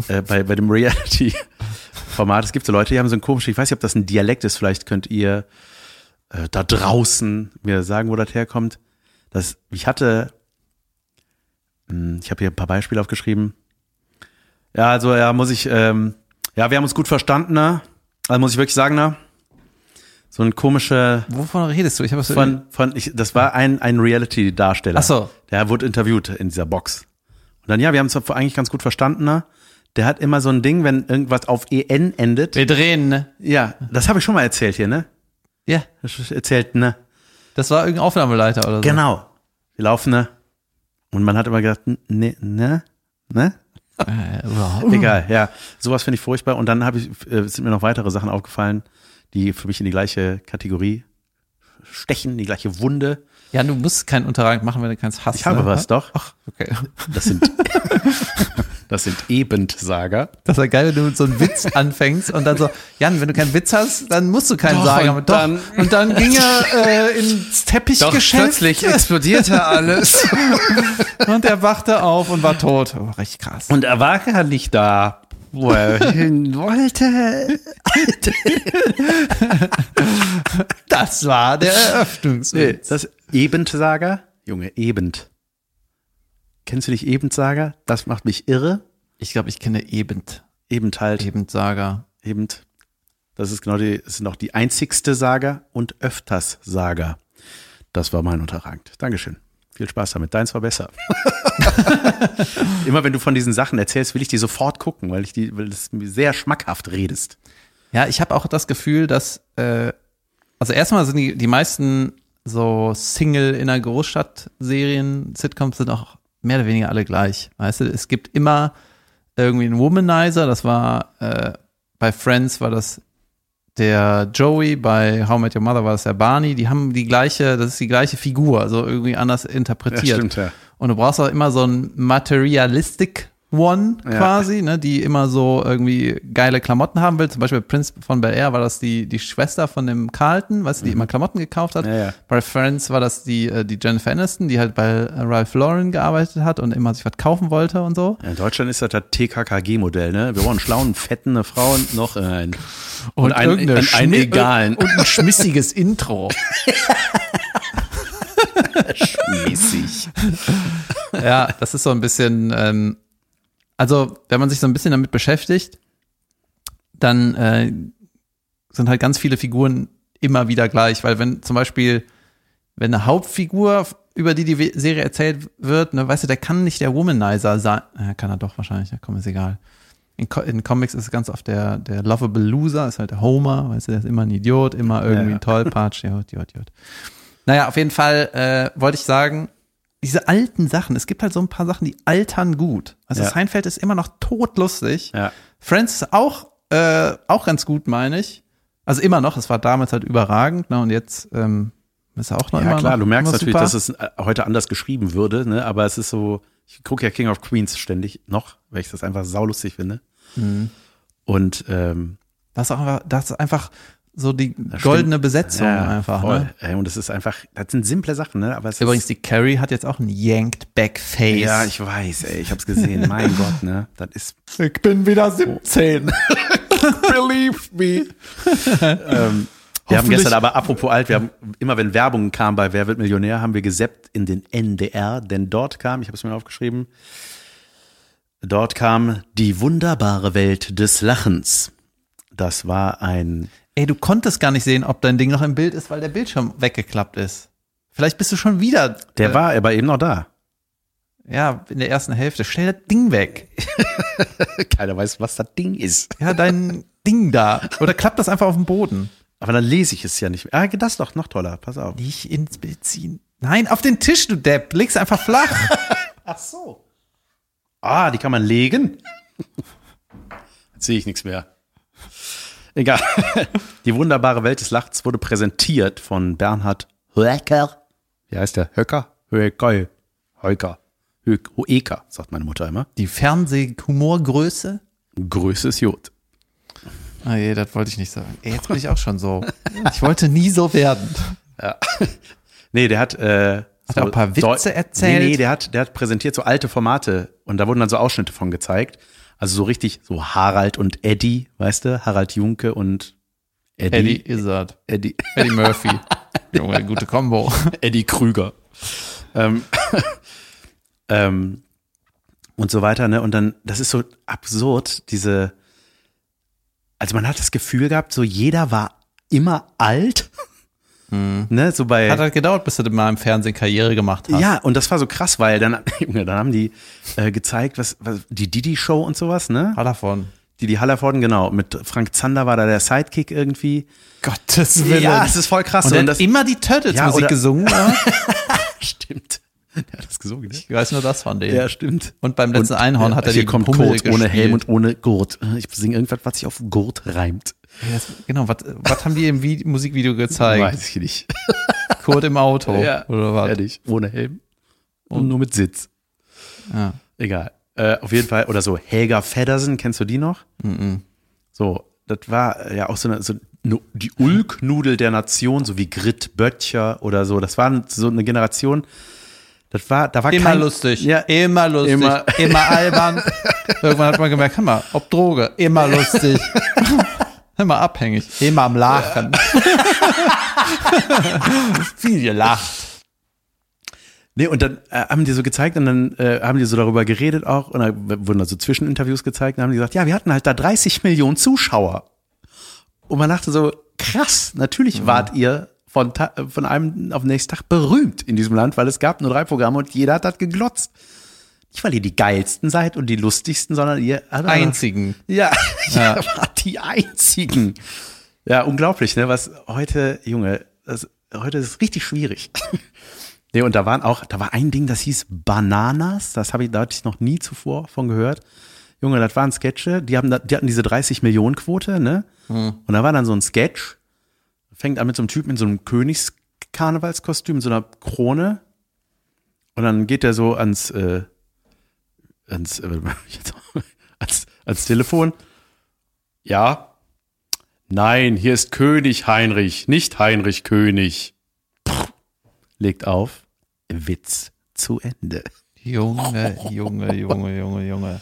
A: Äh, bei, bei dem Reality-Format, es gibt so Leute, die haben so einen komischen, ich weiß nicht, ob das ein Dialekt ist, vielleicht könnt ihr äh, da draußen mir sagen, wo das herkommt. Das, ich hatte, mh, ich habe hier ein paar Beispiele aufgeschrieben. Ja, also ja, muss ich, ähm, ja, wir haben uns gut verstanden, ne? Also muss ich wirklich sagen, ne? So ein komischer
B: Wovon redest du? Ich habe es
A: von, von ich, das war ein, ein Reality-Darsteller.
B: Ach so.
A: Der wurde interviewt in dieser Box. Und dann, ja, wir haben es eigentlich ganz gut verstanden, ne? Der hat immer so ein Ding, wenn irgendwas auf EN endet.
B: Wir drehen, ne?
A: Ja, das habe ich schon mal erzählt hier, ne?
B: Ja,
A: Das ist Erzählt, ne?
B: das war irgendein Aufnahmeleiter oder so.
A: Genau. Wir laufen, ne? Und man hat immer gedacht, n- ne, ne, ne?
B: Äh,
A: Egal, ja. Sowas finde ich furchtbar. Und dann habe ich, äh, sind mir noch weitere Sachen aufgefallen, die für mich in die gleiche Kategorie stechen, in die gleiche Wunde.
B: ja, du musst keinen Unterrang machen, wenn du keins hast.
A: Ich habe
B: ne?
A: was, doch.
B: Okay.
A: Das sind, das sind Ebendsager.
B: Das wäre geil, wenn du mit so einem Witz anfängst und dann so, Jan, wenn du keinen Witz hast, dann musst du keinen
A: Doch,
B: sagen.
A: und
B: Aber doch.
A: dann-
B: und dann ging er äh, ins Teppichgeschäft
C: explodierte alles.
B: und er wachte auf und war tot. Oh, richtig krass.
A: Und er war gar nicht da, wo er hin wollte.
B: das war der
A: Nee,
B: Eröffnungswitz.
A: das Ebendsager. Junge, Ebend. Kennst du nicht Ebendsager? Das macht mich irre.
B: Ich glaube, ich kenne Ebend,
A: Ebend halt.
B: Ebend-Saga.
A: Ebend. Das ist genau die, das sind auch die einzigste Saga und öfters Saga. Das war mein Unterragend. Dankeschön. Viel Spaß damit. Deins war besser. Immer wenn du von diesen Sachen erzählst, will ich die sofort gucken, weil ich die, weil das mir sehr schmackhaft redest.
B: Ja, ich habe auch das Gefühl, dass, äh, also erstmal sind die, die meisten so Single in der Großstadt Serien, Sitcoms sind auch mehr oder weniger alle gleich. Weißt du, es gibt immer irgendwie einen Womanizer, das war äh, bei Friends war das der Joey, bei How I Met Your Mother war das der Barney, die haben die gleiche, das ist die gleiche Figur, also irgendwie anders interpretiert.
A: ja.
B: Und du brauchst auch immer so einen Materialistic One
A: Ja.
B: quasi, ne, die immer so irgendwie geile Klamotten haben will. Zum Beispiel Prince von Bel Air war das die, die Schwester von dem Carlton, weißt du, die immer Klamotten gekauft hat.
A: Mhm. Ja, ja.
B: Bei Friends war das die, äh, die Jennifer Aniston, die halt bei äh, Ralph Lauren gearbeitet hat und immer sich was kaufen wollte und so.
A: In Deutschland ist das das TKKG-Modell, ne? Wir wollen einen schlauen, fetten, eine Frau und noch einen. Und, einen,
B: irgendeine
A: einen, einen
B: Schmi-
A: egalen.
B: Und ein schmissiges Intro.
A: Mäßig.
B: ja, das ist so ein bisschen, ähm, also wenn man sich so ein bisschen damit beschäftigt, dann äh, sind halt ganz viele Figuren immer wieder gleich, weil wenn zum Beispiel, wenn eine Hauptfigur, über die die We- Serie erzählt wird, ne, weißt du, der kann nicht der Womanizer sein. Ja, kann er doch wahrscheinlich, ja, komm, ist egal. In, Co in Comics ist es ganz oft der, der Lovable Loser, ist halt der Homer, weißt du, der ist immer ein Idiot, immer irgendwie
A: Ja.
B: ein Tollpatsch, Idiot, Idiot, Idiot. Naja, auf jeden Fall äh, wollte ich sagen, diese alten Sachen, es gibt halt so ein paar Sachen, die altern gut. Also
A: Ja.
B: Seinfeld ist immer noch totlustig.
A: Ja.
B: Friends ist auch, äh, auch ganz gut, meine ich. Also immer noch, es war damals halt überragend, ne? Und jetzt ähm, ist er auch noch
A: Ja,
B: immer
A: klar,
B: noch,
A: du merkst
B: immer
A: natürlich,
B: super.
A: dass es äh, heute anders geschrieben würde, ne? aber es ist so, ich gucke ja King of Queens ständig noch, weil ich das einfach saulustig finde.
B: Mhm.
A: Und ähm,
B: das ist auch einfach, das ist einfach so die
A: stimmt.
B: goldene Besetzung
A: ja,
B: einfach.
A: voll.
B: Ne?
A: Ey, Und es ist einfach, das sind simple Sachen, ne? aber es
B: Übrigens,
A: ist,
B: die Carrie hat jetzt auch einen Yanked Back Face.
A: ja, ich weiß, ey, ich hab's gesehen, mein Gott, ne, das ist,
B: ich bin wieder
A: Oh.
B: 17.
A: believe me. ähm, wir haben
B: Hoffentlich-
A: gestern aber, apropos alt, wir haben immer, wenn Werbung kam bei Wer wird Millionär, haben wir gesäppt in den NDR, denn dort kam, ich habe es mir aufgeschrieben, dort kam die wunderbare Welt des Lachens. Das war ein,
B: Ey, du konntest gar nicht sehen, ob dein Ding noch im Bild ist, weil der Bildschirm weggeklappt ist. Vielleicht bist du schon wieder äh,
A: der war aber eben noch da.
B: Ja, in der ersten Hälfte. Stell das Ding weg.
A: Keiner weiß, was das Ding ist.
B: Ja, dein Ding da. Oder klappt das einfach auf den Boden.
A: Aber dann lese ich es ja nicht mehr. Ah, das doch, noch toller, pass auf.
B: Nicht ins Bild ziehen. Nein, auf den Tisch, du Depp. Leg's einfach flach.
A: Ach so. Ah, die kann man legen? Jetzt sehe ich nichts mehr. Egal. Die wunderbare Welt des Lachens wurde präsentiert von Bernhard Höcker. Wie heißt der? Höcker? Höcker. Höcker. Hö- Hoeker, sagt meine Mutter immer.
B: Die Fernsehhumorgröße?
A: Größe ist Jod.
B: Ah je, das wollte ich nicht sagen. Ey, jetzt bin ich auch schon so. Ich wollte nie so werden.
A: Nee, der hat. Äh,
B: Hat er auch ein paar Witze erzählt?
A: Nee, nee, der hat, der hat präsentiert so alte Formate und da wurden dann so Ausschnitte von gezeigt. Also so richtig, so Harald und Eddie, weißt du? Harald Junke und
B: Eddie
A: Eddie.
B: Izzard.
A: Eddie.
B: Eddie Murphy. Junge, gute Combo.
A: Eddie Krüger. Ähm, ähm, und so weiter, ne? Und dann, das ist so absurd, diese. Also man hat das Gefühl gehabt, so jeder war immer alt. Ne, so bei.
B: Hat halt gedauert, bis du mal im Fernsehen Karriere gemacht hast.
A: ja, und das war so krass, weil dann, Junge, dann haben die äh, gezeigt, was, was die Didi-Show und sowas, ne?
B: Hat davon.
A: Didi Hallervorden, genau. Mit Frank Zander war da der Sidekick irgendwie.
B: Gottes
A: Ja, es ist voll krass.
B: Und
A: so.
B: dann
A: das
B: immer die Turtles-Musik
A: Ja, oder-
B: gesungen. oder?
A: stimmt. Der hat das gesungen, ne?
B: Ich weiß nur das von denen.
A: Ja, stimmt.
B: Und beim letzten
A: Und,
B: Einhorn
A: ja, also
B: hat er
A: Hier
B: die
A: kommt
B: Hummel
A: Kurt ohne
B: gespielt.
A: Helm und ohne Gurt. Ich singe irgendwas, was sich auf Gurt reimt.
B: Ja, das- Genau, was- was haben die im Vi- Musikvideo gezeigt?
A: Weiß ich nicht.
B: Kurt im Auto
A: Ja.
B: oder was?
A: Ehrlich, ohne Helm. Und nur mit Sitz.
B: Ja.
A: Egal. Äh, auf jeden Fall. Oder so Helga Feddersen, kennst du die noch?
B: Mhm.
A: So, das war äh, ja auch so eine, so eine die Ulknudel der Nation, so wie Grit Böttcher oder so. Das war so eine Generation. Das war, da war
B: Immer
A: kein,
B: lustig,
A: Ja,
B: immer lustig,
A: Immer.
B: immer, albern. Irgendwann hat man gemerkt, hör mal, ob Droge, immer lustig, immer abhängig, immer am Lachen. Viel gelacht.
A: Nee, und dann äh, haben die so gezeigt und dann äh, haben die so darüber geredet auch und dann wurden da so Zwischeninterviews gezeigt und haben die gesagt, ja, wir hatten halt da 30 Millionen Zuschauer. Und man dachte so, krass, natürlich wart ihr von, Ta äh, von einem auf den nächsten Tag berühmt in diesem Land, weil es gab nur drei Programme und jeder hat das geglotzt. Nicht, weil ihr die geilsten seid und die lustigsten, sondern ihr also,
B: Einzigen.
A: ja, ja. wart die einzigen. Ja, unglaublich, ne? Was heute, Junge, das, heute ist es richtig schwierig. nee, und da waren auch, da war ein Ding, das hieß Bananas. Das habe ich, da hatte ich noch nie zuvor von gehört. Junge, das waren Sketche, die haben, da- die hatten diese 30 Millionen Quote, ne? Und da war dann so ein Sketch, fängt an mit so einem Typen in so einem Königskarnevalskostüm, so einer Krone. Und dann geht der so ans, äh, ans, äh, jetzt, ans, ans Telefon. Ja. Nein, hier ist König Heinrich, nicht Heinrich König. Pff, Legt auf. Witz zu Ende.
B: Junge, Junge, Junge, Junge, Junge.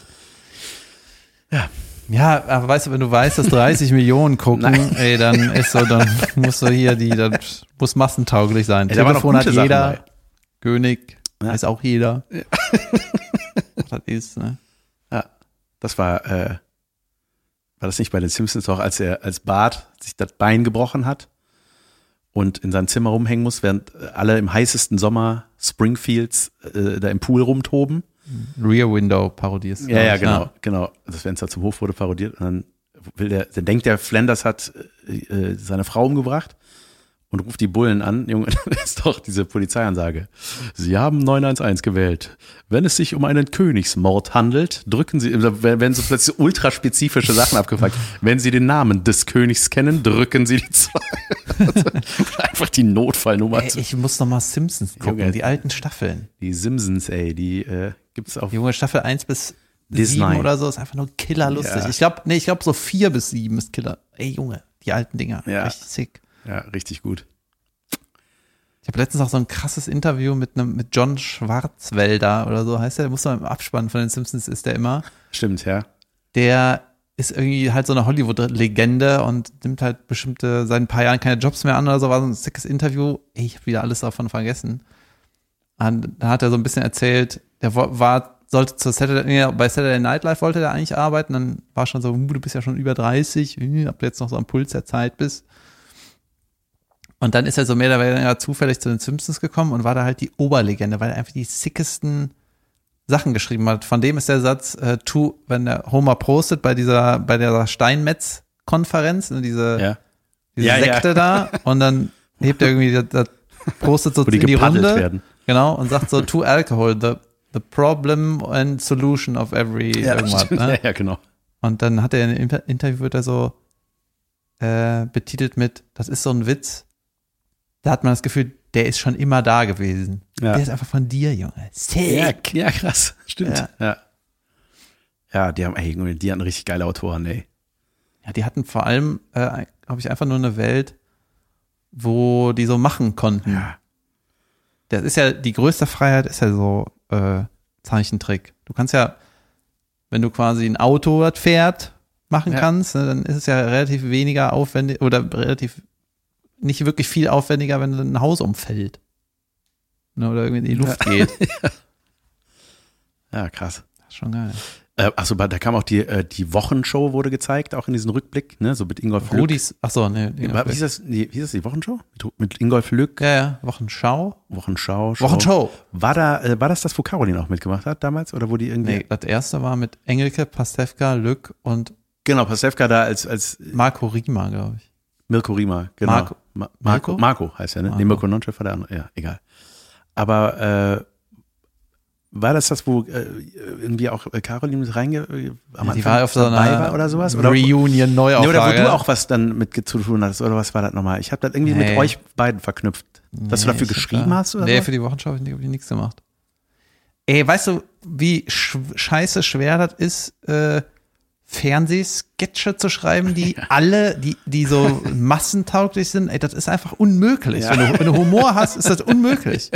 B: Ja. Ja, aber weißt du, wenn du weißt, dass 30 Millionen gucken, ey, dann ist so, dann musst du hier die, dann muss massentauglich sein.
A: Ey, da waren auch
B: Telefon hat
A: gute Sachen
B: jeder,
A: bei.
B: König,
A: Ja.
B: weiß auch jeder. Was das ist, ne?
A: Ja, das war, äh, war das nicht bei den Simpsons auch, als er als Bart sich das Bein gebrochen hat und in seinem Zimmer rumhängen muss, während äh, alle im heißesten Sommer Springfields äh, da im Pool rumtoben.
B: Rear Window parodierst du, glaub
A: Ja, ja,
B: ich,
A: genau,
B: ne?
A: genau. Das Fenster zum Hof wurde parodiert und dann will der, dann denkt der Flanders hat äh, äh, seine Frau umgebracht und ruft die Bullen an. Junge, das ist doch diese Polizeiansage. Sie haben 911 gewählt. Wenn es sich um einen Königsmord handelt, drücken Sie, da werden so plötzlich ultraspezifische Sachen abgefragt. Wenn Sie den Namen des Königs kennen, drücken Sie die zwei. Einfach die Notfallnummer.
B: Ey, ich muss noch mal Simpsons gucken,
A: Junge.
B: die alten Staffeln.
A: die Simpsons, ey, die äh, gibt's auf
B: Junge, Staffel 1 bis
A: Disney.
B: 7 oder so ist einfach nur killerlustig.
A: Ja.
B: Ich glaube, nee, ich glaube so 4 bis 7 ist Killer. Ey, Junge, die alten Dinger.
A: Ja.
B: Richtig sick.
A: ja richtig gut.
B: Ich habe letztens auch so ein krasses Interview mit einem mit John Schwarzwälder oder so heißt der, der muss man im Abspann von den Simpsons ist der immer.
A: Stimmt, ja.
B: der ist irgendwie halt so eine Hollywood-Legende und nimmt halt bestimmte, seit ein paar Jahren keine Jobs mehr an oder so, war so ein sickes Interview. Ey, Ich habe wieder alles davon vergessen. Und da hat er so ein bisschen erzählt, der wo- war, sollte zur Saturday, nee, bei Saturday Night Live wollte er eigentlich arbeiten, dann war schon so, "Uh, du bist ja schon über 30, hm, ob du jetzt noch so am Puls der Zeit bist. Und dann ist er so mehr oder weniger zufällig zu den Simpsons gekommen und war da halt die Oberlegende, weil er einfach die sickesten Sachen geschrieben hat. Von dem ist der Satz, äh, tu, wenn der Homer prostet bei dieser, bei dieser Steinmetz-Konferenz, ne, diese,
A: Ja.
B: diese
A: Ja, ja.
B: Sekte da, und dann hebt er irgendwie, das, das prostet so
A: Wo die
B: in die
A: gepaddelt
B: Runde.
A: werden.
B: Genau, und sagt so, to alcohol, the, the problem and solution of every irgendwas.
A: stimmt.
B: Ne?
A: ja, ja, genau.
B: Und dann hat er in einem Inter- Interview wird er so äh, betitelt mit, das ist so ein Witz. Da hat man das Gefühl, der ist schon immer da gewesen.
A: Ja.
B: Der ist einfach von dir, Junge.
A: Ja,
B: Sick.
A: ja krass. Stimmt. Ja.
B: Ja.
A: ja. die haben, ey, Junge, die hatten richtig geile Autoren, ey.
B: Ja, die hatten vor allem, äh, habe ich einfach nur eine Welt, wo die so machen konnten.
A: Ja.
B: Das ist ja, die größte Freiheit ist ja so äh, Zeichentrick. Du kannst ja, wenn du quasi ein Auto, das fährt, machen
A: Ja.
B: kannst, ne, dann ist es ja relativ weniger aufwendig oder relativ nicht wirklich viel aufwendiger, wenn ein Haus umfällt. Ne, oder irgendwie in die Luft geht.
A: Ja, krass.
B: Schon geil.
A: Äh, Achso, da kam auch die, äh, die Wochenshow wurde gezeigt, auch in diesem Rückblick, ne? So mit Ingolf Lück. Äh,
B: Rudis, ach so, ne.
A: Wie hieß das, die, hieß das die Wochenshow? Mit, mit Ingolf Lück,
B: Ja, ja, Wochenschau.
A: Wochenschau. Show.
B: Wochenschau.
A: War, da, äh, war das das, wo Caroline auch mitgemacht hat damals? Oder wo die irgendwie.
B: Nee, das erste war mit Engelke, Pastewka, Lück und
A: Genau, Pasewka da als, als
B: Marco Riemer, glaube ich.
A: Mirko Riemer, genau.
B: Marco-
A: Ma Marco?
B: Mirko?
A: Marco heißt er, ne? Marco. Nee,
B: Marco.
A: Mirko Nonchef war der andere, ja, egal. Aber äh, War das das, wo äh, irgendwie auch äh, Caroline reinge äh, am
B: Die
A: Anfang
B: war auf so
A: dabei
B: einer
A: war oder sowas? Oder, nee,
B: Reunion Neuauflage.
A: oder wo du auch was dann mit zu tun hattest, oder was war das nochmal? Ich habe das irgendwie
B: Nee.
A: mit euch beiden verknüpft. Dass
B: Nee,
A: du dafür
B: ich hab
A: geschrieben
B: da-
A: hast oder
B: Nee,
A: so?
B: für die Wochenschau habe ich, hab ich nichts gemacht. Ey, weißt du, wie sch scheiße schwer das ist, äh, Fernsehsketche zu schreiben, die alle, die, die so massentauglich sind, ey, das ist einfach unmöglich. Wenn, du, wenn du Humor hast, ist das unmöglich.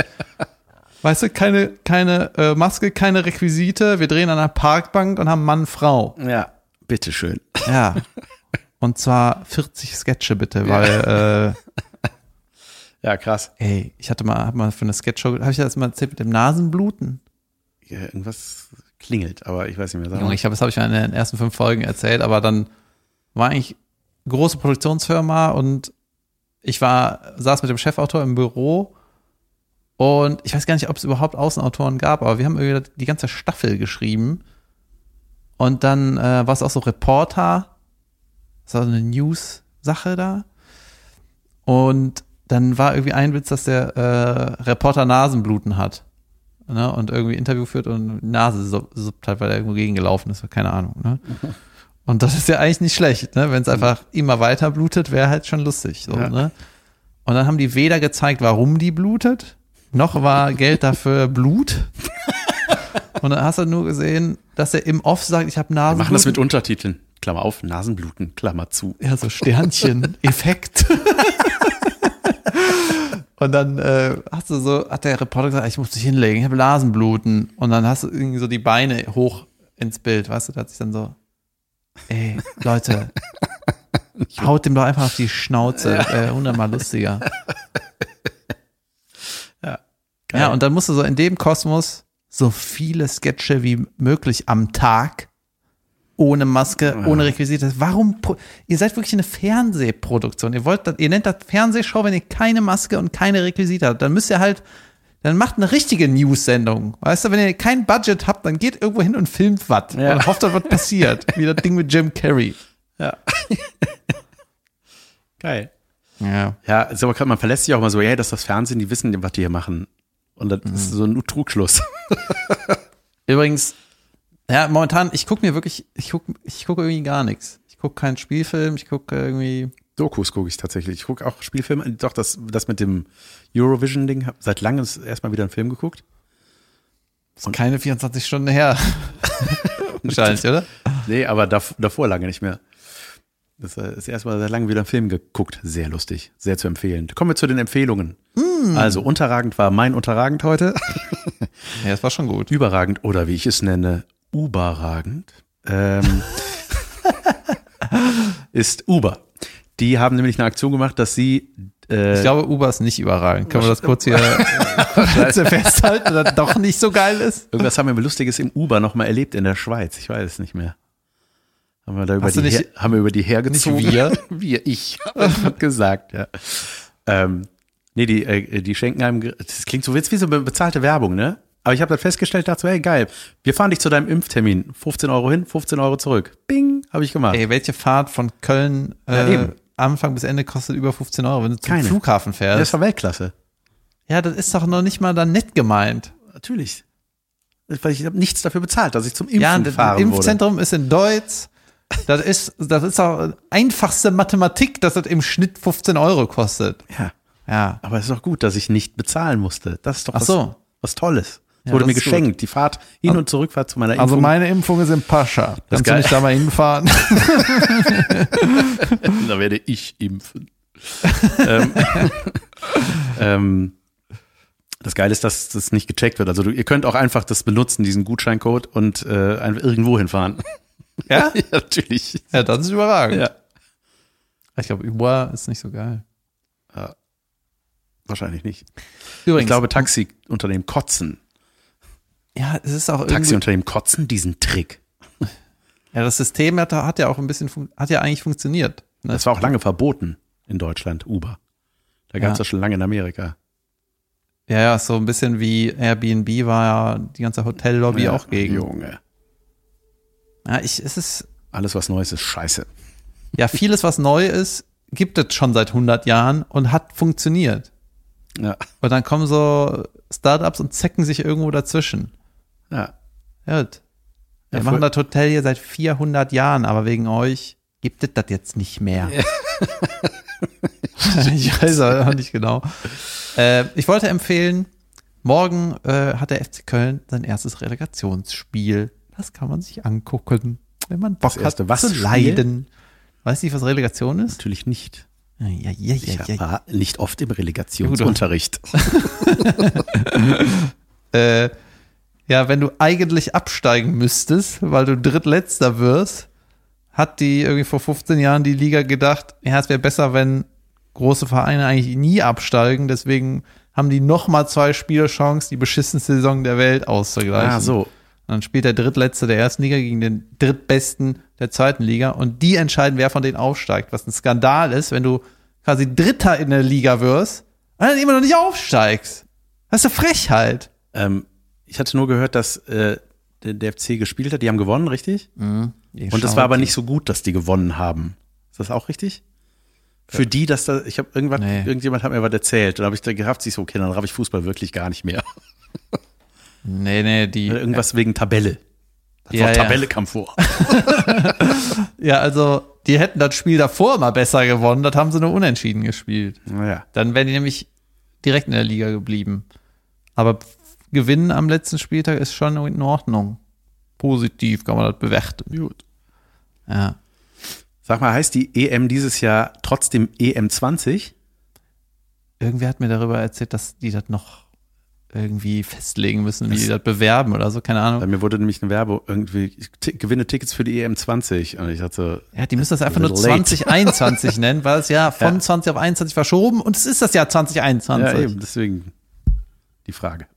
B: Weißt du, keine, keine äh, Maske, keine Requisite, wir drehen an einer Parkbank und haben Mann, Frau.
A: Ja, bitteschön.
B: Ja. Und zwar 40 Sketche bitte, weil äh,
A: Ja, krass.
B: Ey, ich hatte mal, hab mal für eine Sketchshow, habe ich das mal erzählt mit dem Nasenbluten?
A: Ja, irgendwas klingelt, aber ich weiß nicht mehr. Sag mal.
B: Junge, ich habe das habe ich mal in den ersten fünf Folgen erzählt, aber dann war eigentlich große Produktionsfirma und ich war saß mit dem Chefautor im Büro und ich weiß gar nicht, ob es überhaupt Außenautoren gab, aber wir haben irgendwie die ganze Staffel geschrieben und dann äh, war es auch so Reporter, das war so eine News-Sache da und dann war irgendwie ein Witz, dass der äh, Reporter Nasenbluten hat ne, und irgendwie Interview führt und Nase sub- suppt halt, weil er irgendwo gegengelaufen ist, keine Ahnung. Ne? Und das ist ja eigentlich nicht schlecht, ne? wenn es einfach immer weiter blutet, wäre halt schon lustig. So,
A: Mhm. Ja.
B: ne? Und dann haben die weder gezeigt, warum die blutet, noch war Geld dafür Blut. Und dann hast du nur gesehen, dass er im Off sagt, ich habe
A: Wir
B: Nasenbluten.
A: machen das mit Untertiteln. Klammer auf, Nasenbluten, Klammer zu.
B: Ja, so Sternchen-Effekt. Und dann äh, hast du so, hat der Reporter gesagt, "Ah, ich muss dich hinlegen, ich habe Blasenbluten. Und dann hast du irgendwie so die Beine hoch ins Bild, weißt du, da hat sich dann so, ey, Leute, haut dem doch einfach auf die Schnauze, äh, hundertmal lustiger.
A: Geil.
B: Ja, und dann musst du so in dem Kosmos so viele Sketche wie möglich am Tag ohne Maske, ohne Requisite. Warum? pro- Ihr seid wirklich eine Fernsehproduktion. Ihr wollt, das, ihr nennt das Fernsehshow, wenn ihr keine Maske und keine Requisite habt. Dann müsst ihr halt, dann macht eine richtige News-Sendung. Weißt du, wenn ihr kein Budget habt, dann geht irgendwo hin und filmt was
A: Ja.
B: und hofft, dass was passiert. Wie das Ding mit Jim Carrey.
A: Geil.
B: Ja.
A: Ja, ist aber grad, man verlässt sich auch mal so, ja, dass das Fernsehen, die wissen, was die hier machen. Und das ist so ein Trugschluss.
B: Übrigens, ja, momentan, ich gucke mir wirklich, ich gucke ich guck irgendwie gar nichts. Ich gucke keinen Spielfilm, ich gucke irgendwie
A: Dokus gucke ich tatsächlich. Ich gucke auch Spielfilme. Doch, das, das mit dem Eurovision-Ding, hab seit langem ist erstmal wieder einen Film geguckt.
B: Ist keine 24 Stunden her. Wahrscheinlich, oder?
A: Nee, aber dav davor lange nicht mehr. Das äh, ist erstmal seit langem wieder einen Film geguckt. Sehr lustig, sehr zu empfehlen. Kommen wir zu den Empfehlungen. Also, unterragend war mein unterragend heute.
B: Ja, das war schon gut.
A: Überragend oder wie ich es nenne, überragend, ähm, ist Uber. Die haben nämlich eine Aktion gemacht, dass sie äh,
B: Ich glaube, Uber ist nicht überragend. Können wir das kurz hier kurz hier festhalten, dass das doch nicht so geil ist?
A: irgendwas haben wir Lustiges im Uber nochmal erlebt in der Schweiz. Ich weiß es nicht mehr. Haben wir da über,
B: Hast du
A: die,
B: nicht-
A: her, haben wir über die hergezogen?
B: Nicht wir?
A: wir, ich habe gesagt, ja. Ähm, nee, die, äh, die schenken einem, ge- das klingt so jetzt wie so be- bezahlte Werbung, ne? Aber ich habe das festgestellt, dachte so, hey, geil, wir fahren dich zu deinem Impftermin. 15 Euro hin, 15 Euro zurück. Bing, habe ich gemacht.
B: Ey, welche Fahrt von Köln äh,
A: eben.
B: Anfang bis Ende kostet über 15 Euro, wenn du zum
A: Keine.
B: Flughafen
A: das ist
B: fährst?
A: doch Weltklasse.
B: Ja, das ist doch noch nicht mal dann nett gemeint.
A: Natürlich. Weil ich habe nichts dafür bezahlt, dass ich zum Impfen
B: ja,
A: ja,
B: und das
A: fahren wurde.
B: Impfzentrum ist in Deutsch. Das ist, das ist auch einfachste Mathematik, dass das im Schnitt 15 Euro kostet.
A: Ja,
B: Ja.
A: aber es ist doch gut, dass ich nicht bezahlen musste. Das ist doch
B: Ach
A: was,
B: so.
A: was Tolles.
B: Ja,
A: Es wurde
B: das
A: mir
B: ist
A: geschenkt. Die Fahrt hin und zurückfahrt zu meiner Impfung.
D: Also meine Impfung ist in Pascha.
A: Das ist
D: Kannst du
A: geil.
D: nicht da mal hinfahren?
A: da werde ich impfen. ähm, ähm, das Geile ist, dass das nicht gecheckt wird. Also du, ihr könnt auch einfach das benutzen, diesen Gutscheincode und äh, einfach irgendwo hinfahren.
B: Ja?
A: ja, natürlich.
B: Ja, das ist überragend.
A: Ja.
B: Ich glaube, Uber ist nicht so geil.
A: Wahrscheinlich nicht.
B: Übrigens,
A: Ich glaube, Taxiunternehmen kotzen.
B: ja, es ist auch irgendwie,
A: Taxiunternehmen kotzen diesen Trick.
B: ja, das System hat, hat ja auch ein bisschen, fun- hat ja eigentlich funktioniert. Ne?
A: Das war auch lange verboten in Deutschland, Uber. Da gab es
B: Ja.
A: das schon lange in Amerika.
B: Ja, ja, so ein bisschen wie Airbnb war ja die ganze Hotellobby
A: Ja,
B: auch gegen.
A: Junge.
B: Ja, ich, es ist,
A: Alles, was Neues ist, scheiße.
B: ja, vieles, was neu ist, gibt es schon seit 100 Jahren und hat funktioniert.
A: Ja.
B: Und dann kommen so Startups und zecken sich irgendwo dazwischen.
A: Ja.
B: Hört. Wir
A: Ja,
B: machen
A: voll.
B: das Hotel hier seit 400 Jahren, aber wegen euch gibt es das jetzt nicht mehr. ich weiß auch nicht genau. Äh, ich wollte empfehlen, morgen äh, hat der FC Köln sein erstes Relegationsspiel. Das kann man sich angucken, wenn man Bock hat
A: erste was
B: zu
A: Spiel?
B: leiden. Weißt du nicht, was Relegation ist?
A: Natürlich nicht.
B: Ja, ja, ja,
A: Ich
B: ja, ja.
A: war nicht oft im Relegationsunterricht.
B: Äh, ja, wenn du eigentlich absteigen müsstest, weil du drittletzter wirst, hat die irgendwie vor 15 Jahren die Liga gedacht, ja, es wäre besser, wenn große Vereine eigentlich nie absteigen. Deswegen haben die nochmal zwei Spiele Chance, die beschissenste Saison der Welt auszugleichen.
A: Ah, so.
B: Und dann spielt der drittletzte der ersten Liga gegen den drittbesten der zweiten Liga und die entscheiden, wer von denen aufsteigt. Was ein Skandal ist, wenn du quasi Dritter in der Liga wirst und dann immer noch nicht aufsteigst. Das ist eine Frechheit.
A: Ähm, ich hatte nur gehört, dass äh, der, der FC gespielt hat. Die haben gewonnen, richtig? Und das war aber nicht so gut, dass die gewonnen haben. Ist das auch richtig? Für die, dass da, ich habe irgendwann,
B: Nee.
A: irgendjemand hat mir was erzählt. Dann habe ich da gehabt, sich so, okay, dann habe ich Fußball wirklich gar nicht mehr.
B: Nee, nee, die.
A: Irgendwas wegen Tabelle. Das
B: Ja,
A: Wort
B: ja.
A: Tabelle kam vor.
B: Ja, also, die hätten das Spiel davor mal besser gewonnen, das haben sie nur unentschieden gespielt.
A: Naja.
B: Dann wären die nämlich direkt in der Liga geblieben. Aber gewinnen am letzten Spieltag ist schon in Ordnung. Positiv kann man das bewerten. Gut. Ja.
A: Sag mal, heißt die EM dieses Jahr trotzdem E EM20?
B: Irgendwer hat mir darüber erzählt, dass die das noch irgendwie festlegen müssen, wie die das bewerben oder so, keine
A: Bei
B: Ahnung.
A: mir wurde nämlich eine Werbung irgendwie, ich t- gewinne Tickets für die EM20. Und ich hatte,
B: Ja, die müssen das einfach nur
A: Little late.
B: 2021 nennen, weil es ja von
A: Ja.
B: 20 auf 21 verschoben und es ist das Jahr 2021.
A: ja eben, deswegen die Frage.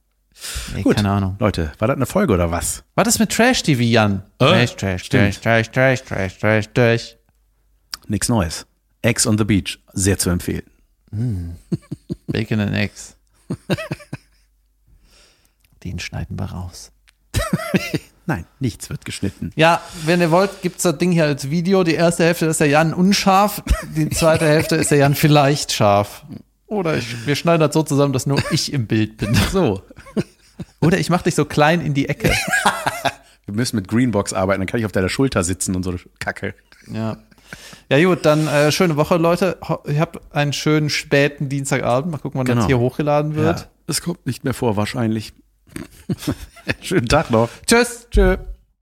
B: Ey,
A: Gut.
B: Keine Ahnung.
A: Leute, war das eine Folge oder was?
B: Was ist mit Trash TV, Jan? Trash, Trash, Trash, Trash, Trash, Trash, Trash, Trash.
A: Nichts Neues. Ex on the Beach, sehr zu empfehlen.
B: Bacon and Eggs. Den schneiden wir raus.
A: Nein, nichts wird geschnitten.
B: Ja, wenn ihr wollt, gibt's das Ding hier als Video. Die erste Hälfte ist der Jan unscharf, die zweite Hälfte ist der Jan vielleicht scharf. Oder ich, wir schneiden das so zusammen, dass nur ich im Bild bin.
A: So.
B: Oder ich mache dich so klein in die Ecke.
A: Wir müssen mit Greenbox arbeiten, dann kann ich auf deiner Schulter sitzen und so eine Kacke.
B: Ja. Ja, gut, dann äh, schöne Woche, Leute. Ho ihr habt einen schönen späten Dienstagabend. Mal gucken, wann
A: Genau.
B: das hier hochgeladen wird.
A: Es kommt nicht mehr vor, wahrscheinlich. Schönen Tag noch.
B: Tschüss. Tschüss.